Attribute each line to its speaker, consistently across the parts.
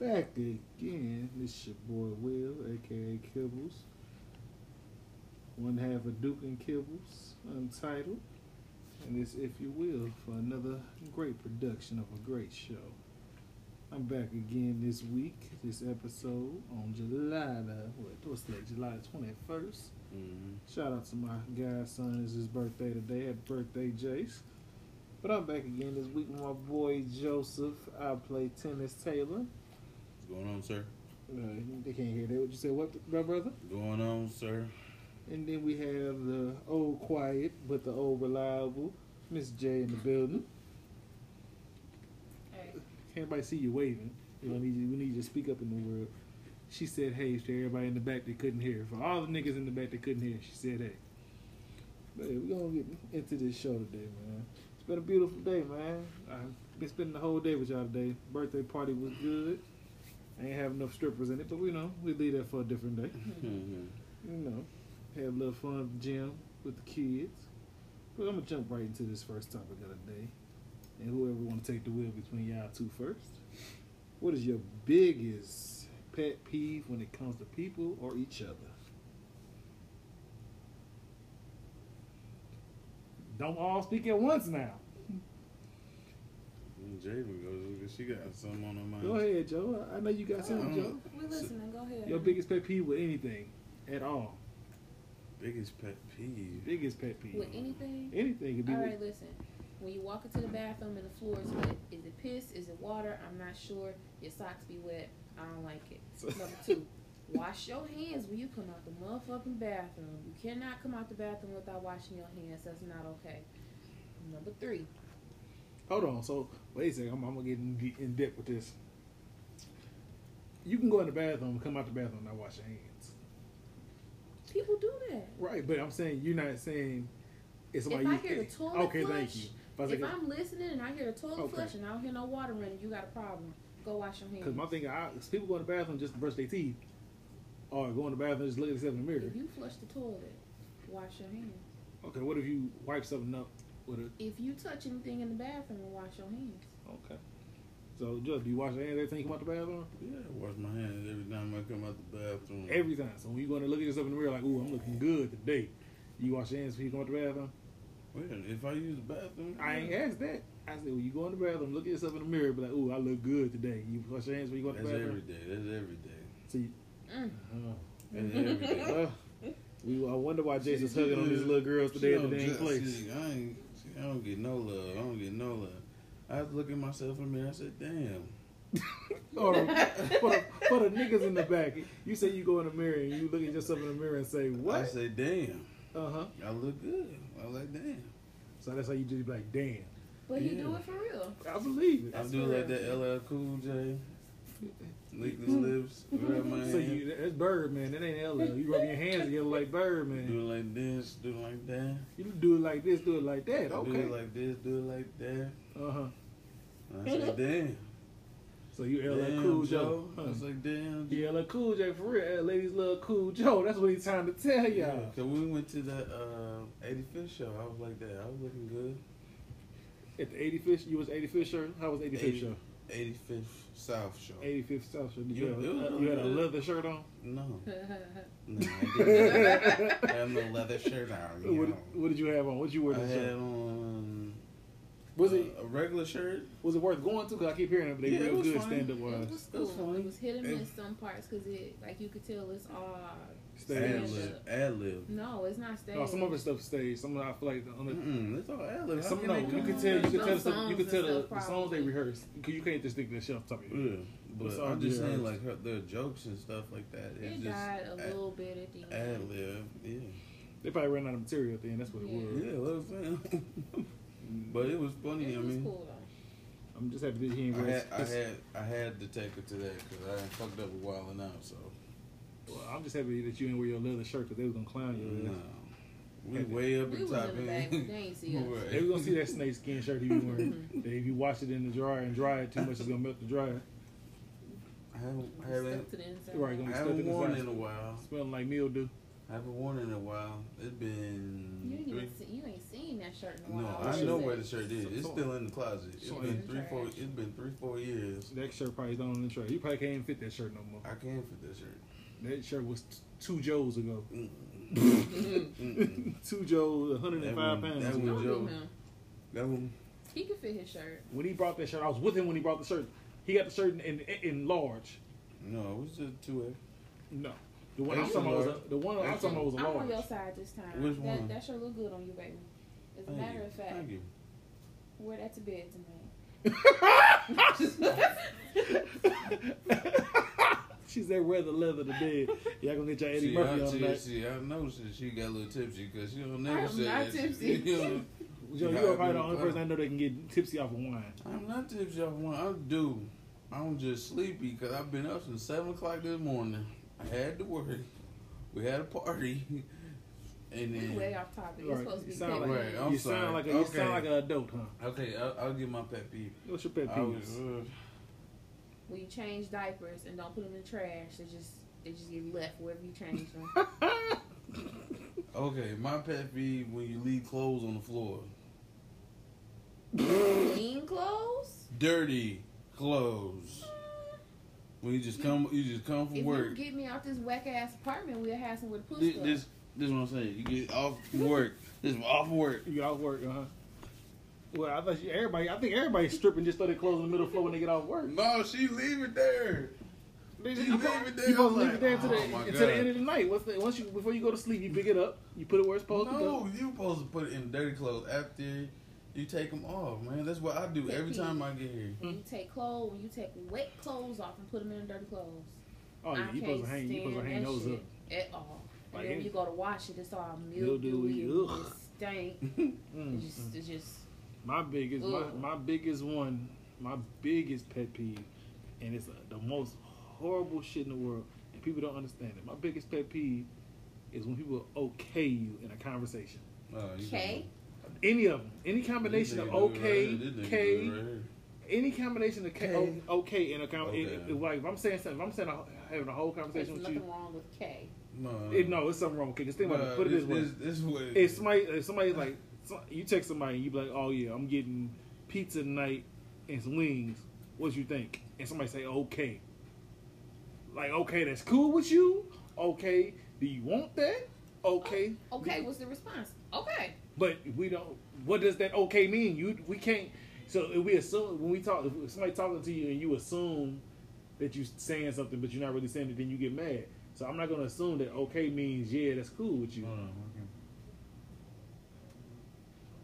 Speaker 1: back again. This your boy Will, aka Kibbles. One half of Duke and Kibbles, Untitled. And it's If You Will for another great production of a great show. I'm back again this week, this episode on July the, what, what's that, July the 21st.
Speaker 2: Mm-hmm.
Speaker 1: Shout out to my godson. It's his birthday today. Happy birthday, Jace. But I'm back again this week with my boy Joseph. I play tennis Taylor.
Speaker 2: What's going on, sir?
Speaker 1: Uh, they can't hear that. What you said, what, my brother?
Speaker 2: What's going on, sir?
Speaker 1: And then we have the old quiet, but the old reliable Miss J in the building.
Speaker 3: Hey,
Speaker 1: Can't nobody see you waving. We don't need you. We need you to speak up in the world. She said, "Hey," to everybody in the back that couldn't hear. For all the niggas in the back that couldn't hear, she said, "Hey." But yeah, we're gonna get into this show today, man. It's been a beautiful day, man. I've been spending the whole day with y'all today. Birthday party was good. I ain't have enough strippers in it, but we know we leave that for a different day. Mm-hmm.
Speaker 2: Mhm.
Speaker 1: You know, had a little fun at the gym with the kids. But I'm gonna jump right into this first topic of the day. And whoever wanna take the wheel between y'all two first. What is your biggest pet peeve when it comes to people or each other? Don't all speak at once now.
Speaker 2: Javen goes because she got something on her mind.
Speaker 1: Go ahead, Joe. I- I know you got
Speaker 3: Um,
Speaker 1: something, Joe.
Speaker 3: we listening. Go ahead.
Speaker 1: Your biggest pet peeve with anything at all.
Speaker 2: Biggest pet peeve.
Speaker 1: Biggest pet peeve.
Speaker 3: with anything.
Speaker 1: Anything could be
Speaker 3: All
Speaker 1: with-
Speaker 3: right, listen. When you walk into the bathroom and the floor is wet, is it piss? Is it water? I'm not sure. Your socks be wet. I don't like it. Number two, wash your hands when you come out the motherfucking bathroom. You cannot come out the bathroom without washing your hands. That's not okay. Number three,
Speaker 1: Hold on. So wait a second. I'm, I'm gonna get in, de- in depth with this. You can go in the bathroom, come out the bathroom, and not wash your hands.
Speaker 3: people do that.
Speaker 1: Right, but I'm saying you're not saying it's
Speaker 3: If
Speaker 1: like
Speaker 3: I
Speaker 1: you.
Speaker 3: hear the
Speaker 1: it-
Speaker 3: toilet
Speaker 1: okay, thank
Speaker 3: flush,
Speaker 1: you. But I was
Speaker 3: if
Speaker 1: like,
Speaker 3: I'm listening and I hear a toilet
Speaker 1: Okay.
Speaker 3: flush and I don't hear no water running, you got a problem. Go wash your hands.
Speaker 1: because uh, my thing, I, is people go in the bathroom just to brush their teeth, or go in the bathroom and just look at themselves in the mirror.
Speaker 3: If you flush the toilet, wash your hands.
Speaker 1: Okay, what if you wipe something up with a?
Speaker 3: If you touch anything in the bathroom, wash your hands.
Speaker 1: Okay. So, just do you wash your hands every time you come out the bathroom?
Speaker 2: Yeah, I wash my hands every time I come out the bathroom.
Speaker 1: Every time. So when you go in and look at yourself in the mirror, like, ooh, I'm looking good today. You wash your hands when you come out the bathroom.
Speaker 2: Wait, if I use the bathroom,
Speaker 1: I ain't asked that. I said, when you go in the bathroom, look at yourself in the mirror, be like, ooh, I look good today. You wash your hands when you go in
Speaker 2: That's
Speaker 1: the bathroom.
Speaker 2: every day. That's every day.
Speaker 1: So you,
Speaker 3: Mm.
Speaker 1: uh,
Speaker 2: That's every day.
Speaker 1: well, we, I wonder why Jason's hugging on these little girls today at
Speaker 2: She
Speaker 1: the
Speaker 2: don't
Speaker 1: dang
Speaker 2: just-
Speaker 1: place.
Speaker 2: she- I ain't. she- I don't get no love. I don't get no love. I have to look at myself in the mirror. I said, "Damn."
Speaker 1: Or for, the, for the niggas in the back, you say you go in the mirror and you look at yourself in the mirror and say,
Speaker 2: I
Speaker 1: what?
Speaker 2: say, "Damn."
Speaker 1: Uh huh.
Speaker 2: I look good. I like, "Damn."
Speaker 1: So that's how you just be like, damn.
Speaker 3: But he
Speaker 2: Yeah.
Speaker 3: do it for real.
Speaker 1: I believe it.
Speaker 2: I
Speaker 3: That's
Speaker 2: do
Speaker 3: for
Speaker 2: like
Speaker 3: real.
Speaker 2: that LL Cool J. Lick his lips, rub my
Speaker 1: So
Speaker 2: hand,
Speaker 1: you, that's Birdman. That ain't LL. You rub your hands together like
Speaker 2: do
Speaker 1: Birdman.
Speaker 2: it like this, do it like that.
Speaker 1: You do it like this, do it like that.
Speaker 2: Do
Speaker 1: Okay.
Speaker 2: it like this, do it like that.
Speaker 1: Uh huh.
Speaker 2: And I say, damn.
Speaker 1: So you LL
Speaker 2: damn,
Speaker 1: Cool
Speaker 2: Joe.
Speaker 1: Joe.
Speaker 2: I was like, damn. Joe.
Speaker 1: Yeah, look Cool J for real. Eh, Ladies love Cool Joe. That's what he's trying to tell y'all.
Speaker 2: Yeah, Cause we went to the uh, 85th show. I was like that. I was looking good.
Speaker 1: At the 85th, you was 85th show. How was 85th
Speaker 2: Eighty-
Speaker 1: show?
Speaker 2: 85th South show.
Speaker 1: 85th South show. Did you,
Speaker 2: You-
Speaker 1: have,
Speaker 2: it was
Speaker 1: uh,
Speaker 2: really
Speaker 1: you had a
Speaker 2: good.
Speaker 1: leather shirt on.
Speaker 2: No,
Speaker 3: I
Speaker 2: no, I didn't. I had no leather shirt on. You
Speaker 1: what,
Speaker 2: know.
Speaker 1: what did you have on? What you wear
Speaker 2: I
Speaker 1: to the
Speaker 2: had
Speaker 1: show?
Speaker 2: on.
Speaker 1: Was
Speaker 2: uh,
Speaker 1: it
Speaker 2: a regular shirt?
Speaker 1: was it worth going to? Cause I keep hearing them. They
Speaker 2: Yeah, it
Speaker 1: real
Speaker 2: was
Speaker 1: good
Speaker 2: fine.
Speaker 1: stand up
Speaker 3: it
Speaker 1: wise.
Speaker 3: was cool.
Speaker 2: fine.
Speaker 3: It was hit and
Speaker 2: It-
Speaker 3: miss some parts because it, like you could tell, it's all.
Speaker 1: Stand
Speaker 2: Ad
Speaker 3: Stand-up.
Speaker 1: up.
Speaker 2: lib. Ad lib.
Speaker 3: No, it's not staged.
Speaker 1: No, some of it's stuff stage. Some of it I feel like the under.
Speaker 2: Mm-mm, it's all ad lib. How
Speaker 1: Some
Speaker 2: can
Speaker 1: no,
Speaker 2: they
Speaker 1: you
Speaker 2: come
Speaker 1: can
Speaker 2: up
Speaker 1: tell. You
Speaker 2: with
Speaker 1: can
Speaker 3: Some
Speaker 1: tell. Some, you
Speaker 3: songs
Speaker 1: can
Speaker 3: and
Speaker 1: tell the,
Speaker 3: stuff
Speaker 1: the songs they
Speaker 3: probably.
Speaker 1: rehearse. You can't just think of the shelf top of your head.
Speaker 2: Yeah,
Speaker 1: It's
Speaker 2: but
Speaker 1: all
Speaker 2: I'm just
Speaker 1: good.
Speaker 2: saying, like her, the jokes and stuff like that. It's just
Speaker 3: It died a
Speaker 2: ad-
Speaker 3: little bit at the end.
Speaker 2: ad lib. Yeah,
Speaker 1: They probably ran out of material then. That's what it
Speaker 3: Yeah.
Speaker 1: was.
Speaker 2: yeah, what I'm saying. but it was funny.
Speaker 3: It
Speaker 2: I
Speaker 3: was
Speaker 2: mean,
Speaker 3: cool though.
Speaker 1: I'm just happy that he ain't
Speaker 2: I had,
Speaker 1: raised.
Speaker 2: I had, I had to take her to that because I had fucked up a while and out. So
Speaker 1: Well, I'm just happy that you didn't wear your leather shirt because they was gonna clown you.
Speaker 2: no, we way up
Speaker 3: We
Speaker 2: in
Speaker 3: was
Speaker 2: top
Speaker 3: in the back. but They
Speaker 2: end.
Speaker 3: ain't see us.
Speaker 2: Right.
Speaker 1: They was gonna see that snake skin shirt he was wearing. if you wash it in the dryer and dry it too much, it's gonna melt the dryer.
Speaker 2: I haven't,
Speaker 3: We
Speaker 2: I
Speaker 3: stuck
Speaker 2: haven't,
Speaker 3: to the inside.
Speaker 1: Right,
Speaker 2: I
Speaker 1: gonna-
Speaker 2: haven't worn in a while.
Speaker 1: Smelling like mildew.
Speaker 2: I I haven't worn it in a while. It's been
Speaker 3: You, didn't
Speaker 2: three.
Speaker 3: even see, you ain't seen that shirt in a
Speaker 2: No,
Speaker 3: while.
Speaker 2: I
Speaker 3: What
Speaker 2: know
Speaker 3: is
Speaker 2: where the
Speaker 3: it?
Speaker 2: shirt is. It's
Speaker 1: So-
Speaker 2: still in the closet. It's
Speaker 1: so-
Speaker 2: been three, four.
Speaker 3: Trash.
Speaker 2: It's been three, four years.
Speaker 1: That shirt probably is not on the shirt. You probably can't even fit that shirt no more.
Speaker 2: I came for this shirt.
Speaker 1: That shirt was t- two Joes ago.
Speaker 2: Mm-mm. Mm-mm.
Speaker 1: two Joes, 105
Speaker 2: Mm-hmm. That one-
Speaker 1: pounds.
Speaker 2: that
Speaker 3: I
Speaker 1: ago.
Speaker 2: one-
Speaker 3: don't
Speaker 2: Joe.
Speaker 3: know him.
Speaker 2: that one.
Speaker 3: He could fit his shirt.
Speaker 1: When he brought that shirt, I was with him when he brought the shirt. He got the shirt in, in, in large.
Speaker 2: No, it was just two.
Speaker 1: No. The one I'm
Speaker 2: Extra
Speaker 1: talking about was
Speaker 2: large.
Speaker 1: a, the one I'm
Speaker 2: Extra-
Speaker 1: talking about was a
Speaker 3: I'm on your
Speaker 1: large.
Speaker 3: side this time.
Speaker 2: Which
Speaker 3: that,
Speaker 2: one?
Speaker 3: That shirt look good on you, baby. As a
Speaker 2: Thank
Speaker 3: matter
Speaker 2: you.
Speaker 3: of fact,
Speaker 2: Thank you.
Speaker 3: wear that to bed tonight.
Speaker 1: She said, "Wear the leather to bed." Y'all gonna get your Eddie
Speaker 2: See,
Speaker 1: Murphy
Speaker 2: I,
Speaker 1: on
Speaker 2: see,
Speaker 1: that.
Speaker 2: see, I know she, she got a little tipsy because she don't never
Speaker 3: am
Speaker 2: say
Speaker 3: not
Speaker 2: that shit.
Speaker 3: tipsy.
Speaker 2: You know,
Speaker 1: Joe,
Speaker 2: Yeah,
Speaker 1: you're
Speaker 2: I
Speaker 1: probably
Speaker 2: do.
Speaker 1: the only person I know that can get tipsy off of wine.
Speaker 2: I'm not tipsy off one. I do. I'm just sleepy because I've been up since seven o'clock this morning. I had to work. We had a party, and
Speaker 3: We
Speaker 2: then
Speaker 3: way off topic. It's
Speaker 1: Right.
Speaker 3: supposed to
Speaker 1: You
Speaker 3: be
Speaker 1: sound
Speaker 3: pet
Speaker 1: like-
Speaker 3: peeve.
Speaker 2: Right. I'm
Speaker 1: you
Speaker 2: sorry.
Speaker 1: sound like a you
Speaker 2: Okay.
Speaker 1: sound like an adult, huh?
Speaker 2: okay, I'll, I'll get my pet peeve.
Speaker 1: What's your pet
Speaker 2: I was,
Speaker 1: peeves?
Speaker 2: uh,
Speaker 3: when you change diapers and don't put them in the trash, they just they just get left wherever you change them.
Speaker 2: okay, my pet peeve when you leave clothes on the floor,
Speaker 3: Clean clothes.
Speaker 2: dirty clothes. When you just come, you just come from
Speaker 3: If you
Speaker 2: work.
Speaker 3: get me out this whack ass apartment, we'll have somewhere to put
Speaker 2: This,
Speaker 3: stuff.
Speaker 2: this, this is what I'm saying. You get off from work. This is off work.
Speaker 1: You out work, huh? Well, I thought you, everybody. I think everybody's stripping just throw their clothes in the middle floor when they get off work.
Speaker 2: No, she leave it there.
Speaker 1: They
Speaker 2: You
Speaker 1: just-
Speaker 2: leave it there,
Speaker 1: You supposed
Speaker 2: I'm
Speaker 1: to leave
Speaker 2: like,
Speaker 1: it there until,
Speaker 2: oh
Speaker 1: the,
Speaker 2: my
Speaker 1: until the
Speaker 2: God.
Speaker 1: end of the night. What's the, once you before you go to sleep, you pick it up, you put it where it's supposed to
Speaker 2: No,
Speaker 1: go.
Speaker 2: you supposed to put it in dirty clothes after you take them off, man. That's what I do
Speaker 3: Pet
Speaker 2: every
Speaker 3: peeve.
Speaker 2: time I get here.
Speaker 3: when you take clothes, when you take wet clothes off and put them in dirty clothes.
Speaker 1: Oh
Speaker 3: I
Speaker 1: yeah, you
Speaker 3: can't
Speaker 1: supposed to hang. You supposed to
Speaker 3: stand
Speaker 1: hang
Speaker 3: that
Speaker 1: those
Speaker 3: shit
Speaker 1: up.
Speaker 3: at all. And
Speaker 1: Like
Speaker 3: then
Speaker 1: it-
Speaker 3: when you go to wash it, it's all
Speaker 1: Mildewy,
Speaker 3: mildewy. and
Speaker 1: ugh.
Speaker 3: It stink. It
Speaker 1: Mm,
Speaker 3: just,
Speaker 1: mm.
Speaker 3: it just
Speaker 1: My biggest, my,
Speaker 3: Ugh.
Speaker 1: my biggest one, my biggest pet peeve, and it's the most horrible shit in the world, and people don't understand it. My biggest pet peeve is when people okay you in a conversation.
Speaker 2: Oh, you
Speaker 3: K.
Speaker 1: Any of them, any
Speaker 2: know.
Speaker 1: combination
Speaker 2: This
Speaker 1: of
Speaker 2: nigga do it
Speaker 1: okay,
Speaker 2: right here. This nigga
Speaker 1: K,
Speaker 2: do it right here.
Speaker 1: any combination of K,
Speaker 2: Okay.
Speaker 1: o- okay in a conversation.
Speaker 2: Okay.
Speaker 1: Like if I'm saying something, if I'm saying a, having a whole
Speaker 3: There's
Speaker 1: conversation with
Speaker 3: nothing
Speaker 1: you.
Speaker 3: wrong with K.
Speaker 2: No,
Speaker 1: It, no, it's something wrong with K. Just think about it. Put it this way:
Speaker 2: This, this way.
Speaker 1: if somebody, if somebody's like, so- you text somebody, and you be like, "Oh yeah, I'm getting pizza tonight and some wings. What you think?" And somebody say, "Okay." Like, okay, that's cool with you. Okay, do you want that? Okay.
Speaker 3: Okay, what's the response? Okay.
Speaker 1: But we don't. What does that okay mean? You we can't. So if we assume when we talk, if somebody talking to you and you assume that you saying something, but you're not really saying it, then you get mad. So I'm not gonna assume that okay means yeah, that's cool with you.
Speaker 2: Hold on,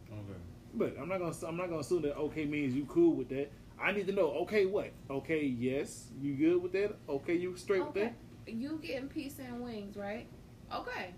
Speaker 2: okay. Okay.
Speaker 1: But I'm not gonna I'm not gonna assume that okay means you cool with that. I need to know okay what okay yes you good with that okay you straight with
Speaker 3: Okay. You getting pizza and wings, right? Okay.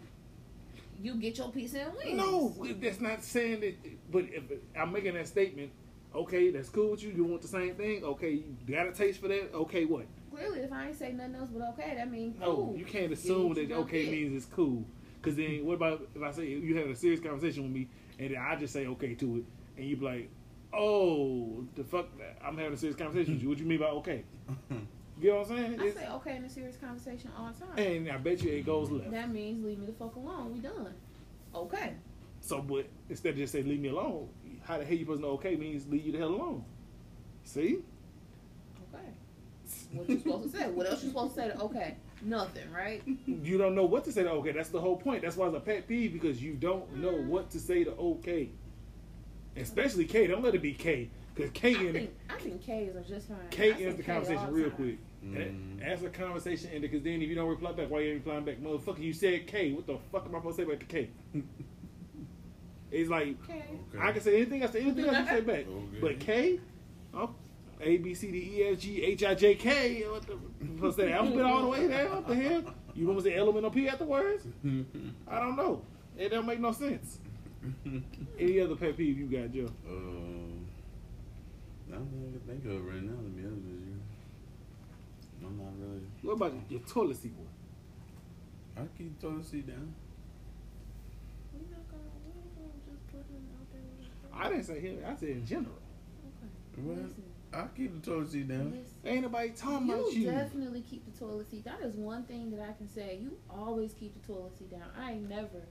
Speaker 3: You get your pizza and
Speaker 1: that.
Speaker 3: wings.
Speaker 1: No, that's not saying that. But if I'm making that statement, okay, that's cool with you. You want the same thing? Okay, you got a taste for that? Okay, what?
Speaker 3: Clearly, if I ain't say nothing else but okay, that means
Speaker 1: No,
Speaker 3: cool.
Speaker 1: you can't assume
Speaker 3: what you
Speaker 1: that
Speaker 3: gonna
Speaker 1: okay
Speaker 3: get.
Speaker 1: means it's cool. Cause then what about if I say you have a serious conversation with me and then I just say okay to it and you be like, oh the fuck, I'm having a serious conversation with you. What you mean by okay? You know what I'm saying?
Speaker 3: I
Speaker 1: It's-
Speaker 3: say okay in a serious conversation all the time.
Speaker 1: And I bet you it goes left.
Speaker 3: That means leave me the fuck alone. We done. Okay.
Speaker 1: So, but instead of just saying leave me alone, how the hell you supposed to know okay means leave you the hell alone? See?
Speaker 3: Okay. What you supposed to say? What else you supposed to say? To, okay. Nothing, right?
Speaker 1: You don't know what to say to okay. That's the whole point. That's why it's a pet peeve because you don't know what to say to okay. Especially K. Don't let it be K. Because K
Speaker 3: I
Speaker 1: in
Speaker 3: think I think K's are just fine.
Speaker 1: K
Speaker 3: I say
Speaker 1: ends the
Speaker 3: K all
Speaker 1: conversation
Speaker 3: the
Speaker 1: real
Speaker 3: time.
Speaker 1: quick.
Speaker 2: Mm.
Speaker 1: As the conversation ended, because then if you don't reply back, why you ain't replying back, motherfucker? You said K. What the fuck am I supposed to say about the K? it's like
Speaker 3: Okay.
Speaker 1: I can say anything. I say anything. I can say back.
Speaker 2: Okay.
Speaker 1: But K, oh, A B C D E F G H I J K. What the? Plus that alphabet all the way down. What the hell? You want me to say element or P afterwards? I don't know. It don't make no sense. Any other pet peeve you got, Joe?
Speaker 2: Um, I don't know what to think of right now. To be honest with you, I'm not really.
Speaker 1: What about your toilet seat one?
Speaker 2: I keep throwing the seat down.
Speaker 3: We not gonna- we not gonna just put them out there.
Speaker 1: I didn't say him. I said in general.
Speaker 3: Okay.
Speaker 2: What?
Speaker 3: Listen,
Speaker 2: I keep the toilet seat down.
Speaker 3: Listen.
Speaker 1: Ain't nobody talking about
Speaker 3: you
Speaker 1: you.
Speaker 3: definitely keep the toilet seat. That is one thing that I can say. You always keep the toilet seat down. I ain't never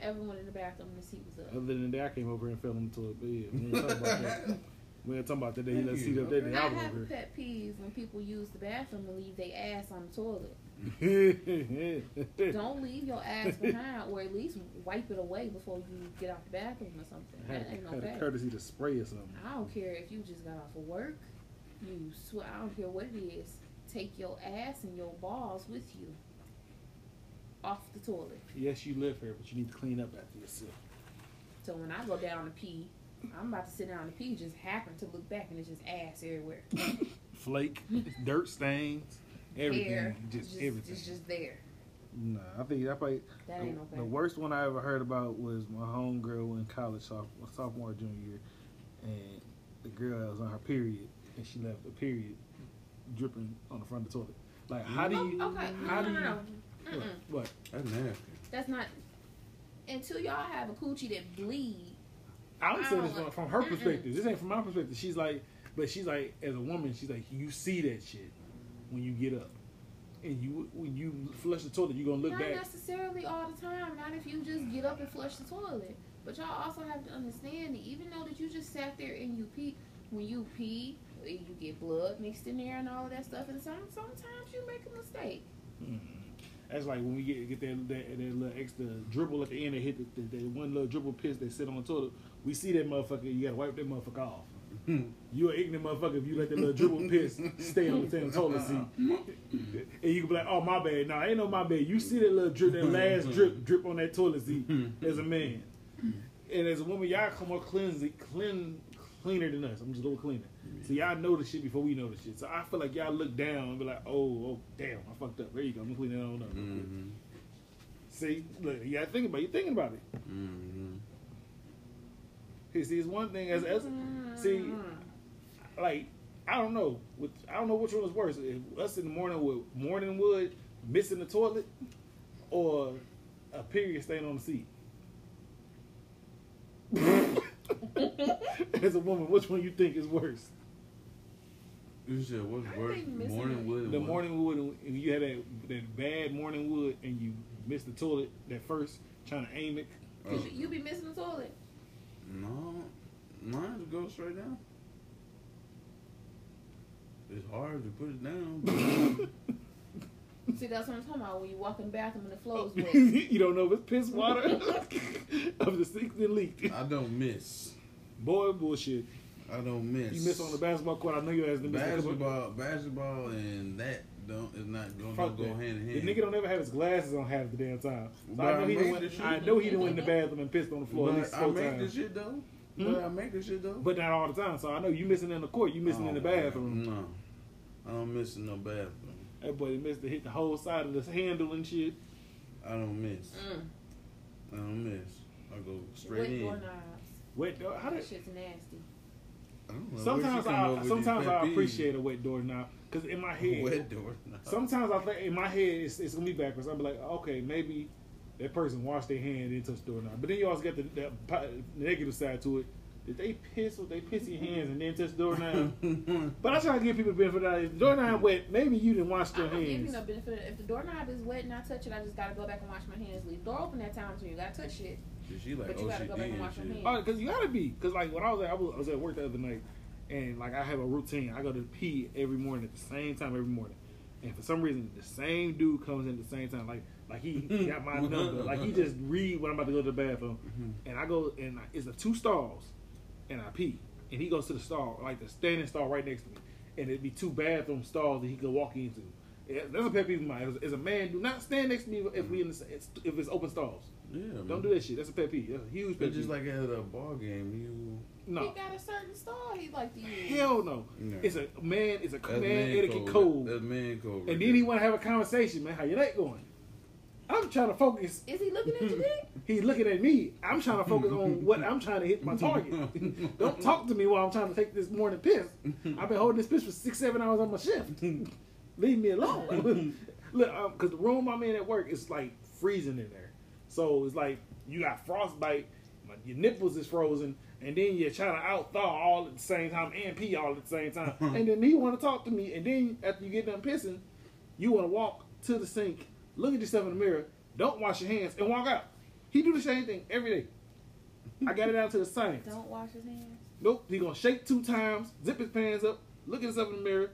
Speaker 3: ever went in the bathroom and the seat was up.
Speaker 1: Other than that, I came over here and fell into a bed. We ain't talking about that. We ain't talking about that. They let us see up there.
Speaker 3: And
Speaker 1: They
Speaker 3: I
Speaker 1: out
Speaker 3: have
Speaker 1: over
Speaker 3: pet peeves when people use the bathroom and leave their ass on the toilet.
Speaker 1: here.
Speaker 3: Don't leave your ass behind, or at least wipe it away before you get out the bathroom or something.
Speaker 1: had,
Speaker 3: That ain't
Speaker 1: had
Speaker 3: okay.
Speaker 1: the courtesy to spray or something.
Speaker 3: I don't care if you just got off of work. You swear, I don't care what it is. Take your ass and your balls with you off the toilet.
Speaker 1: Yes, you live here, but you need to clean up after yourself.
Speaker 3: So when I go down to pee, I'm about to sit down to pee. Just happen to look back and it's just ass everywhere.
Speaker 1: Flake, dirt stains, everything,
Speaker 3: Hair,
Speaker 1: just,
Speaker 3: just
Speaker 1: everything.
Speaker 3: It's just there.
Speaker 1: Nah, I think I probably
Speaker 3: That
Speaker 1: the,
Speaker 3: ain't okay.
Speaker 1: the worst one I ever heard about was my homegirl in college, sophomore, sophomore junior year, and the girl that was on her period, and she left a period dripping on the front of the toilet. Like, how do you?
Speaker 3: Oh, okay. No,
Speaker 1: How
Speaker 3: no,
Speaker 1: do
Speaker 3: no,
Speaker 1: you?
Speaker 3: no.
Speaker 1: What?
Speaker 3: Mm-mm.
Speaker 1: what?
Speaker 2: That's nasty.
Speaker 3: That's not. Until y'all have a coochie that bleed.
Speaker 1: I would say
Speaker 3: I
Speaker 1: this
Speaker 3: don't-
Speaker 1: from, from her
Speaker 3: Mm-mm.
Speaker 1: perspective. This ain't from my perspective. She's like, but she's like, as a woman, she's like, you see that shit when you get up, and you when you flush the toilet, you are gonna look
Speaker 3: Not
Speaker 1: back.
Speaker 3: necessarily all the time. Not if you just get up and flush the toilet. But y'all also have to understand that even though that you just sat there and you pee, when you pee, you get blood mixed in there and all of that stuff. And some, sometimes you make a mistake.
Speaker 1: That's like when we get get that that, that little extra dribble at the end that hit the, the, that one little dribble piss that sit on the toilet. We see that motherfucker. You gotta wipe that motherfucker off. You're an ignorant motherfucker if you let that little dribble piss stay on the same toilet seat, and you can be like, "Oh my bad." Nah, ain't no my bad. You see that little drip, that last drip, drip on that toilet seat as a man, and as a woman, y'all come more cleansy, clean, cleaner than us. I'm just a little cleaner, so y'all know the shit before we know the shit. So I feel like y'all look down and be like, "Oh, oh, damn, I fucked up." There you go. I'm gonna clean that on up. real quick.
Speaker 2: Mm-hmm.
Speaker 1: See, look, you gotta think about it. You're thinking about it.
Speaker 2: Mm-hmm.
Speaker 1: Hey, See, it's one thing as as see,
Speaker 3: Mm-hmm.
Speaker 1: like I don't know, which, I don't know which one was worse. If us in the morning with morning wood missing the toilet, or a period stain on the seat. as a woman, which one you think is worse?
Speaker 2: You said what's
Speaker 3: I
Speaker 2: worse?
Speaker 3: think missing
Speaker 2: Morning
Speaker 3: it.
Speaker 2: wood. and
Speaker 1: The
Speaker 2: what?
Speaker 1: morning wood, and you had that that bad morning wood, and you missed the toilet that first trying to aim it.
Speaker 2: Oh,
Speaker 3: you be missing the toilet.
Speaker 2: no, mine go straight down. It's hard to put it down. but-
Speaker 3: See, that's what I'm talking about. When you walk in the bathroom and the
Speaker 2: Oh.
Speaker 3: floor's wet.
Speaker 1: you don't know if it's piss water of the sixth that leaked.
Speaker 2: I don't miss.
Speaker 1: Boy, bullshit.
Speaker 2: I don't miss.
Speaker 1: You miss on the basketball court. I know your ass done missed a couple-
Speaker 2: basketball. Basketball and that don't is not going
Speaker 1: Fuck
Speaker 2: to go
Speaker 1: that.
Speaker 2: hand
Speaker 1: The
Speaker 2: in
Speaker 1: nigga
Speaker 2: hand.
Speaker 1: don't ever have his glasses on half the damn time. So I
Speaker 2: But
Speaker 1: know
Speaker 2: I
Speaker 1: he done
Speaker 2: made
Speaker 1: went.
Speaker 2: the
Speaker 1: I
Speaker 2: shit.
Speaker 1: know he done went in the bathroom and pissed on the floor at least
Speaker 2: But I
Speaker 1: four
Speaker 2: make the
Speaker 1: times.
Speaker 2: shit though.
Speaker 1: Hmm?
Speaker 2: But I make the shit though.
Speaker 1: But not all the time. So I know you missing in the court. You missing in the
Speaker 2: Oh,
Speaker 1: bathroom.
Speaker 2: No, I don't miss in no bathroom.
Speaker 1: That boy missed to hit the whole side of the handle and shit.
Speaker 2: I don't miss.
Speaker 3: Mm.
Speaker 2: I don't miss. I go straight
Speaker 3: Wet
Speaker 2: in.
Speaker 3: doorknobs.
Speaker 1: Wet door. How
Speaker 3: That
Speaker 1: did?
Speaker 3: shit's nasty.
Speaker 2: I don't know where
Speaker 1: Sometimes
Speaker 2: she come up
Speaker 1: I
Speaker 2: with
Speaker 1: sometimes
Speaker 2: these
Speaker 1: I
Speaker 2: pet peeves.
Speaker 1: appreciate a wet door now because in my head
Speaker 2: Wet door. No.
Speaker 1: Sometimes I think in my head it's, it's gonna be backwards. I'm like, okay, maybe that person washed their hand and touched the doorknob. But then you also got the, the po- negative side to it. Did they piss with their pissy hands and then touch the doorknob? but I try to give people benefit out. of it. If the doorknob wet, maybe you didn't wash
Speaker 3: I
Speaker 1: your
Speaker 3: don't give you
Speaker 1: hands.
Speaker 3: no benefit. If the doorknob is wet and I touch it, I just gotta go back and wash my hands. Leave the door open at times when you gotta touch it.
Speaker 2: she like
Speaker 3: But you
Speaker 2: oh
Speaker 3: gotta
Speaker 2: she
Speaker 3: go back and
Speaker 2: did
Speaker 3: wash your
Speaker 2: shit.
Speaker 3: hands.
Speaker 1: Oh, because you gotta be. Because like when I was at I was, I was at work the other night, and like I have a routine. I go to pee every morning at the same time every morning, and for some reason the same dude comes in at the same time. Like like he got my number. Like he just read when I'm about to go to the bathroom,
Speaker 2: Mm-hmm.
Speaker 1: and I go and I, it's a two stalls, and I pee, and he goes to the stall like the standing stall right next to me, and it'd be two bathroom stalls that he could walk into. Yeah, That's a pet peeve of mine. As- As a man, do not stand next to me if we in the, s- if it's open stalls.
Speaker 2: Yeah, man.
Speaker 1: Don't do that shit. That's a pet peeve. That's a huge pet peeve.
Speaker 2: But Mm-hmm. just like at a ball game,
Speaker 1: no.
Speaker 3: He got a certain stall he like to use.
Speaker 1: Hell no.
Speaker 2: No.
Speaker 1: It's a man. It's a
Speaker 2: you that's
Speaker 1: man, etiquette code.
Speaker 2: That's man code. right
Speaker 1: and then he
Speaker 2: there.
Speaker 1: want to have a conversation, man. How your night going? I'm trying to focus.
Speaker 3: Is he looking at you dick?
Speaker 1: He looking at me. I'm trying to focus on what I'm trying to hit my target. Don't talk to me while I'm trying to take this morning piss. I've been holding this piss for six, seven hours on my shift. Leave me alone. Look, because the room I'm in at work is like freezing in there. So it's like you got frostbite. My, your nipples is frozen. and then you're trying to out thaw all at the same time and pee all at the same time. and then he want to talk to me, and then after you get done pissing, you want to walk to the sink, look at yourself in the mirror, don't wash your hands, and walk out. He do the same thing every day. I got it down to the science.
Speaker 3: Don't wash his hands.
Speaker 1: Nope, he gonna shake two times, zip his pants up, look at himself in the mirror,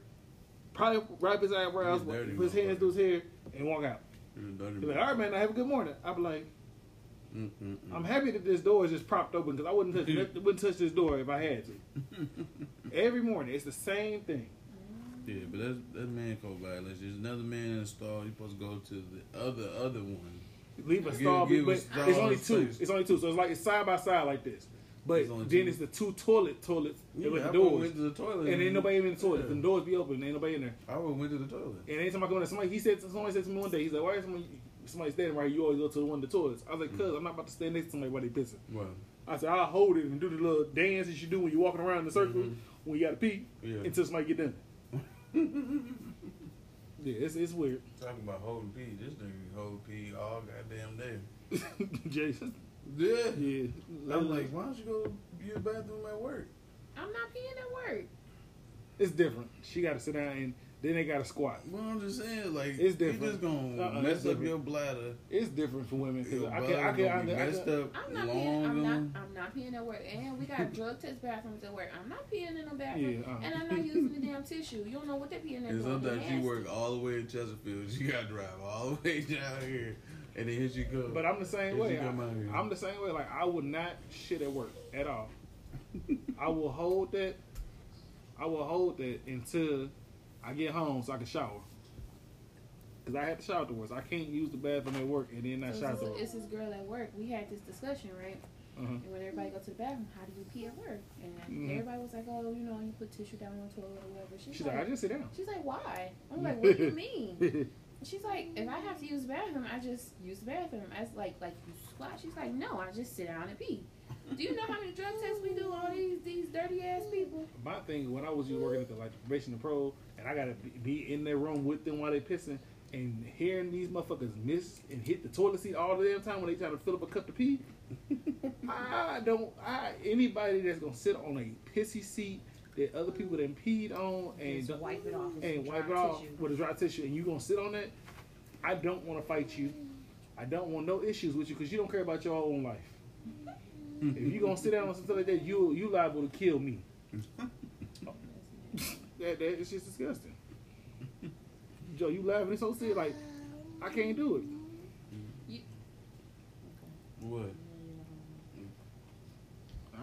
Speaker 1: probably wipe his eyebrows,
Speaker 2: He's dirty,
Speaker 1: put his hands
Speaker 2: motherfucker.
Speaker 1: through his hair, and walk out.
Speaker 2: You're a dirty
Speaker 1: Be like,
Speaker 2: man.
Speaker 1: all right, man, I have a good morning. I be like,
Speaker 2: Mm, mm,
Speaker 1: I'm happy that this door is just propped open because I wouldn't touch wouldn't touch this door if I had to.
Speaker 2: mm.
Speaker 1: Every morning, it's the same thing.
Speaker 2: Yeah, but that's that man code violation. There's another man in the stall. You supposed to go to the other other one.
Speaker 1: Leave a
Speaker 2: Give-
Speaker 1: stall,
Speaker 2: give
Speaker 1: but
Speaker 2: us stall
Speaker 1: it's only
Speaker 2: and
Speaker 1: two.
Speaker 2: space.
Speaker 1: It's only two, so it's like it's side by side like this. But
Speaker 2: It's only
Speaker 1: then
Speaker 2: two.
Speaker 1: it's the two toilet toilets
Speaker 2: Yeah,
Speaker 1: with
Speaker 2: I
Speaker 1: the
Speaker 2: would've
Speaker 1: doors,
Speaker 2: went to the toilet.
Speaker 1: and ain't nobody in the toilet.
Speaker 2: Yeah.
Speaker 1: The doors be open, and ain't nobody in there.
Speaker 2: I would went to the toilet.
Speaker 1: And anytime I go in, there, somebody he said somebody said to me one day, he's like, "Why is somebody, somebody standing right? here? You always go to the one of the toilets." I was like, "Cause I'm not about to stand next to somebody while they pissing."
Speaker 2: Well,
Speaker 1: I said, "I'll hold it and do the little dance that you do when you're walking around in the circle
Speaker 2: Mhm.
Speaker 1: when you gotta pee
Speaker 2: yeah.
Speaker 1: until somebody get done." yeah, it's it's weird,
Speaker 2: Talking about holding pee. This nigga hold pee all goddamn day.
Speaker 1: Jason.
Speaker 2: Yeah.
Speaker 1: Yeah,
Speaker 2: I'm like, why don't you go use the bathroom at work?
Speaker 3: I'm not peeing at work.
Speaker 1: it's different. She gotta sit down and then they gotta squat.
Speaker 2: Well, I'm just saying,
Speaker 1: It's
Speaker 2: like, you
Speaker 1: different.
Speaker 2: just gonna
Speaker 1: Uh-uh,
Speaker 2: mess
Speaker 1: it's
Speaker 2: up
Speaker 1: different.
Speaker 2: your bladder.
Speaker 1: It's different for women. 'cause
Speaker 2: Your
Speaker 1: I
Speaker 2: bladder
Speaker 1: can, I can, I
Speaker 2: gonna be
Speaker 1: can, I
Speaker 2: messed
Speaker 1: can,
Speaker 2: up
Speaker 3: I'm not peeing.
Speaker 2: long.
Speaker 3: I'm
Speaker 2: gone.
Speaker 3: not. I'm not peeing at work. And we got drug test bathrooms at work. I'm not peeing in no bathroom.
Speaker 1: Yeah, uh.
Speaker 3: And I'm not using the damn tissue. You don't know what they're peeing at.
Speaker 2: And uh-huh. sometimes you work all the way in Chesterfield. You gotta drive all the way down here, and then here she go.
Speaker 1: But I'm the same
Speaker 2: Here
Speaker 1: way.
Speaker 2: she come out here.
Speaker 1: I, am the same way. Like I would not shit at work at all. I will hold that. I will hold that until I get home so I can shower. Cause I had to shower afterwards. I can't use the bathroom at work and then not shower
Speaker 3: So
Speaker 1: afterwards.
Speaker 3: it's this girl at work. We had this discussion, right?
Speaker 1: Uh-huh.
Speaker 3: And when everybody go to the bathroom, how do you pee at work? And
Speaker 1: Mhm.
Speaker 3: everybody was like, oh, you know, you put tissue down on the toilet or whatever. She's,
Speaker 1: She's
Speaker 3: like,
Speaker 1: like, I just sit down.
Speaker 3: she's like, why? I'm like, what do you mean? She's like, if I have to use the bathroom, I just use the bathroom. I was like, like you squat. She's like, no, I just sit down and pee. Do you know how many drug tests we do? All these these dirty ass people.
Speaker 1: My thing when I was just working at the like the probation and pro, and I gotta be- be in their room with them while they pissing, and hearing these motherfuckers miss and hit the toilet seat all the damn time when they try to fill up a cup to pee. I don't. I anybody that's gonna sit on a pissy seat that other people done peed on and
Speaker 4: Just
Speaker 1: don't-
Speaker 4: wipe it off with
Speaker 1: and
Speaker 4: some
Speaker 1: wipe
Speaker 4: dry
Speaker 1: it off
Speaker 4: tissue.
Speaker 1: with a dry tissue, and you gonna sit on that. I don't want to fight you. I don't want no issues with you because you don't care about your own life. if you gonna sit down on something like that, you you liable to kill me. That, that it's just disgusting. Joe, you laughing? It's so serious. Like I can't do it.
Speaker 2: what?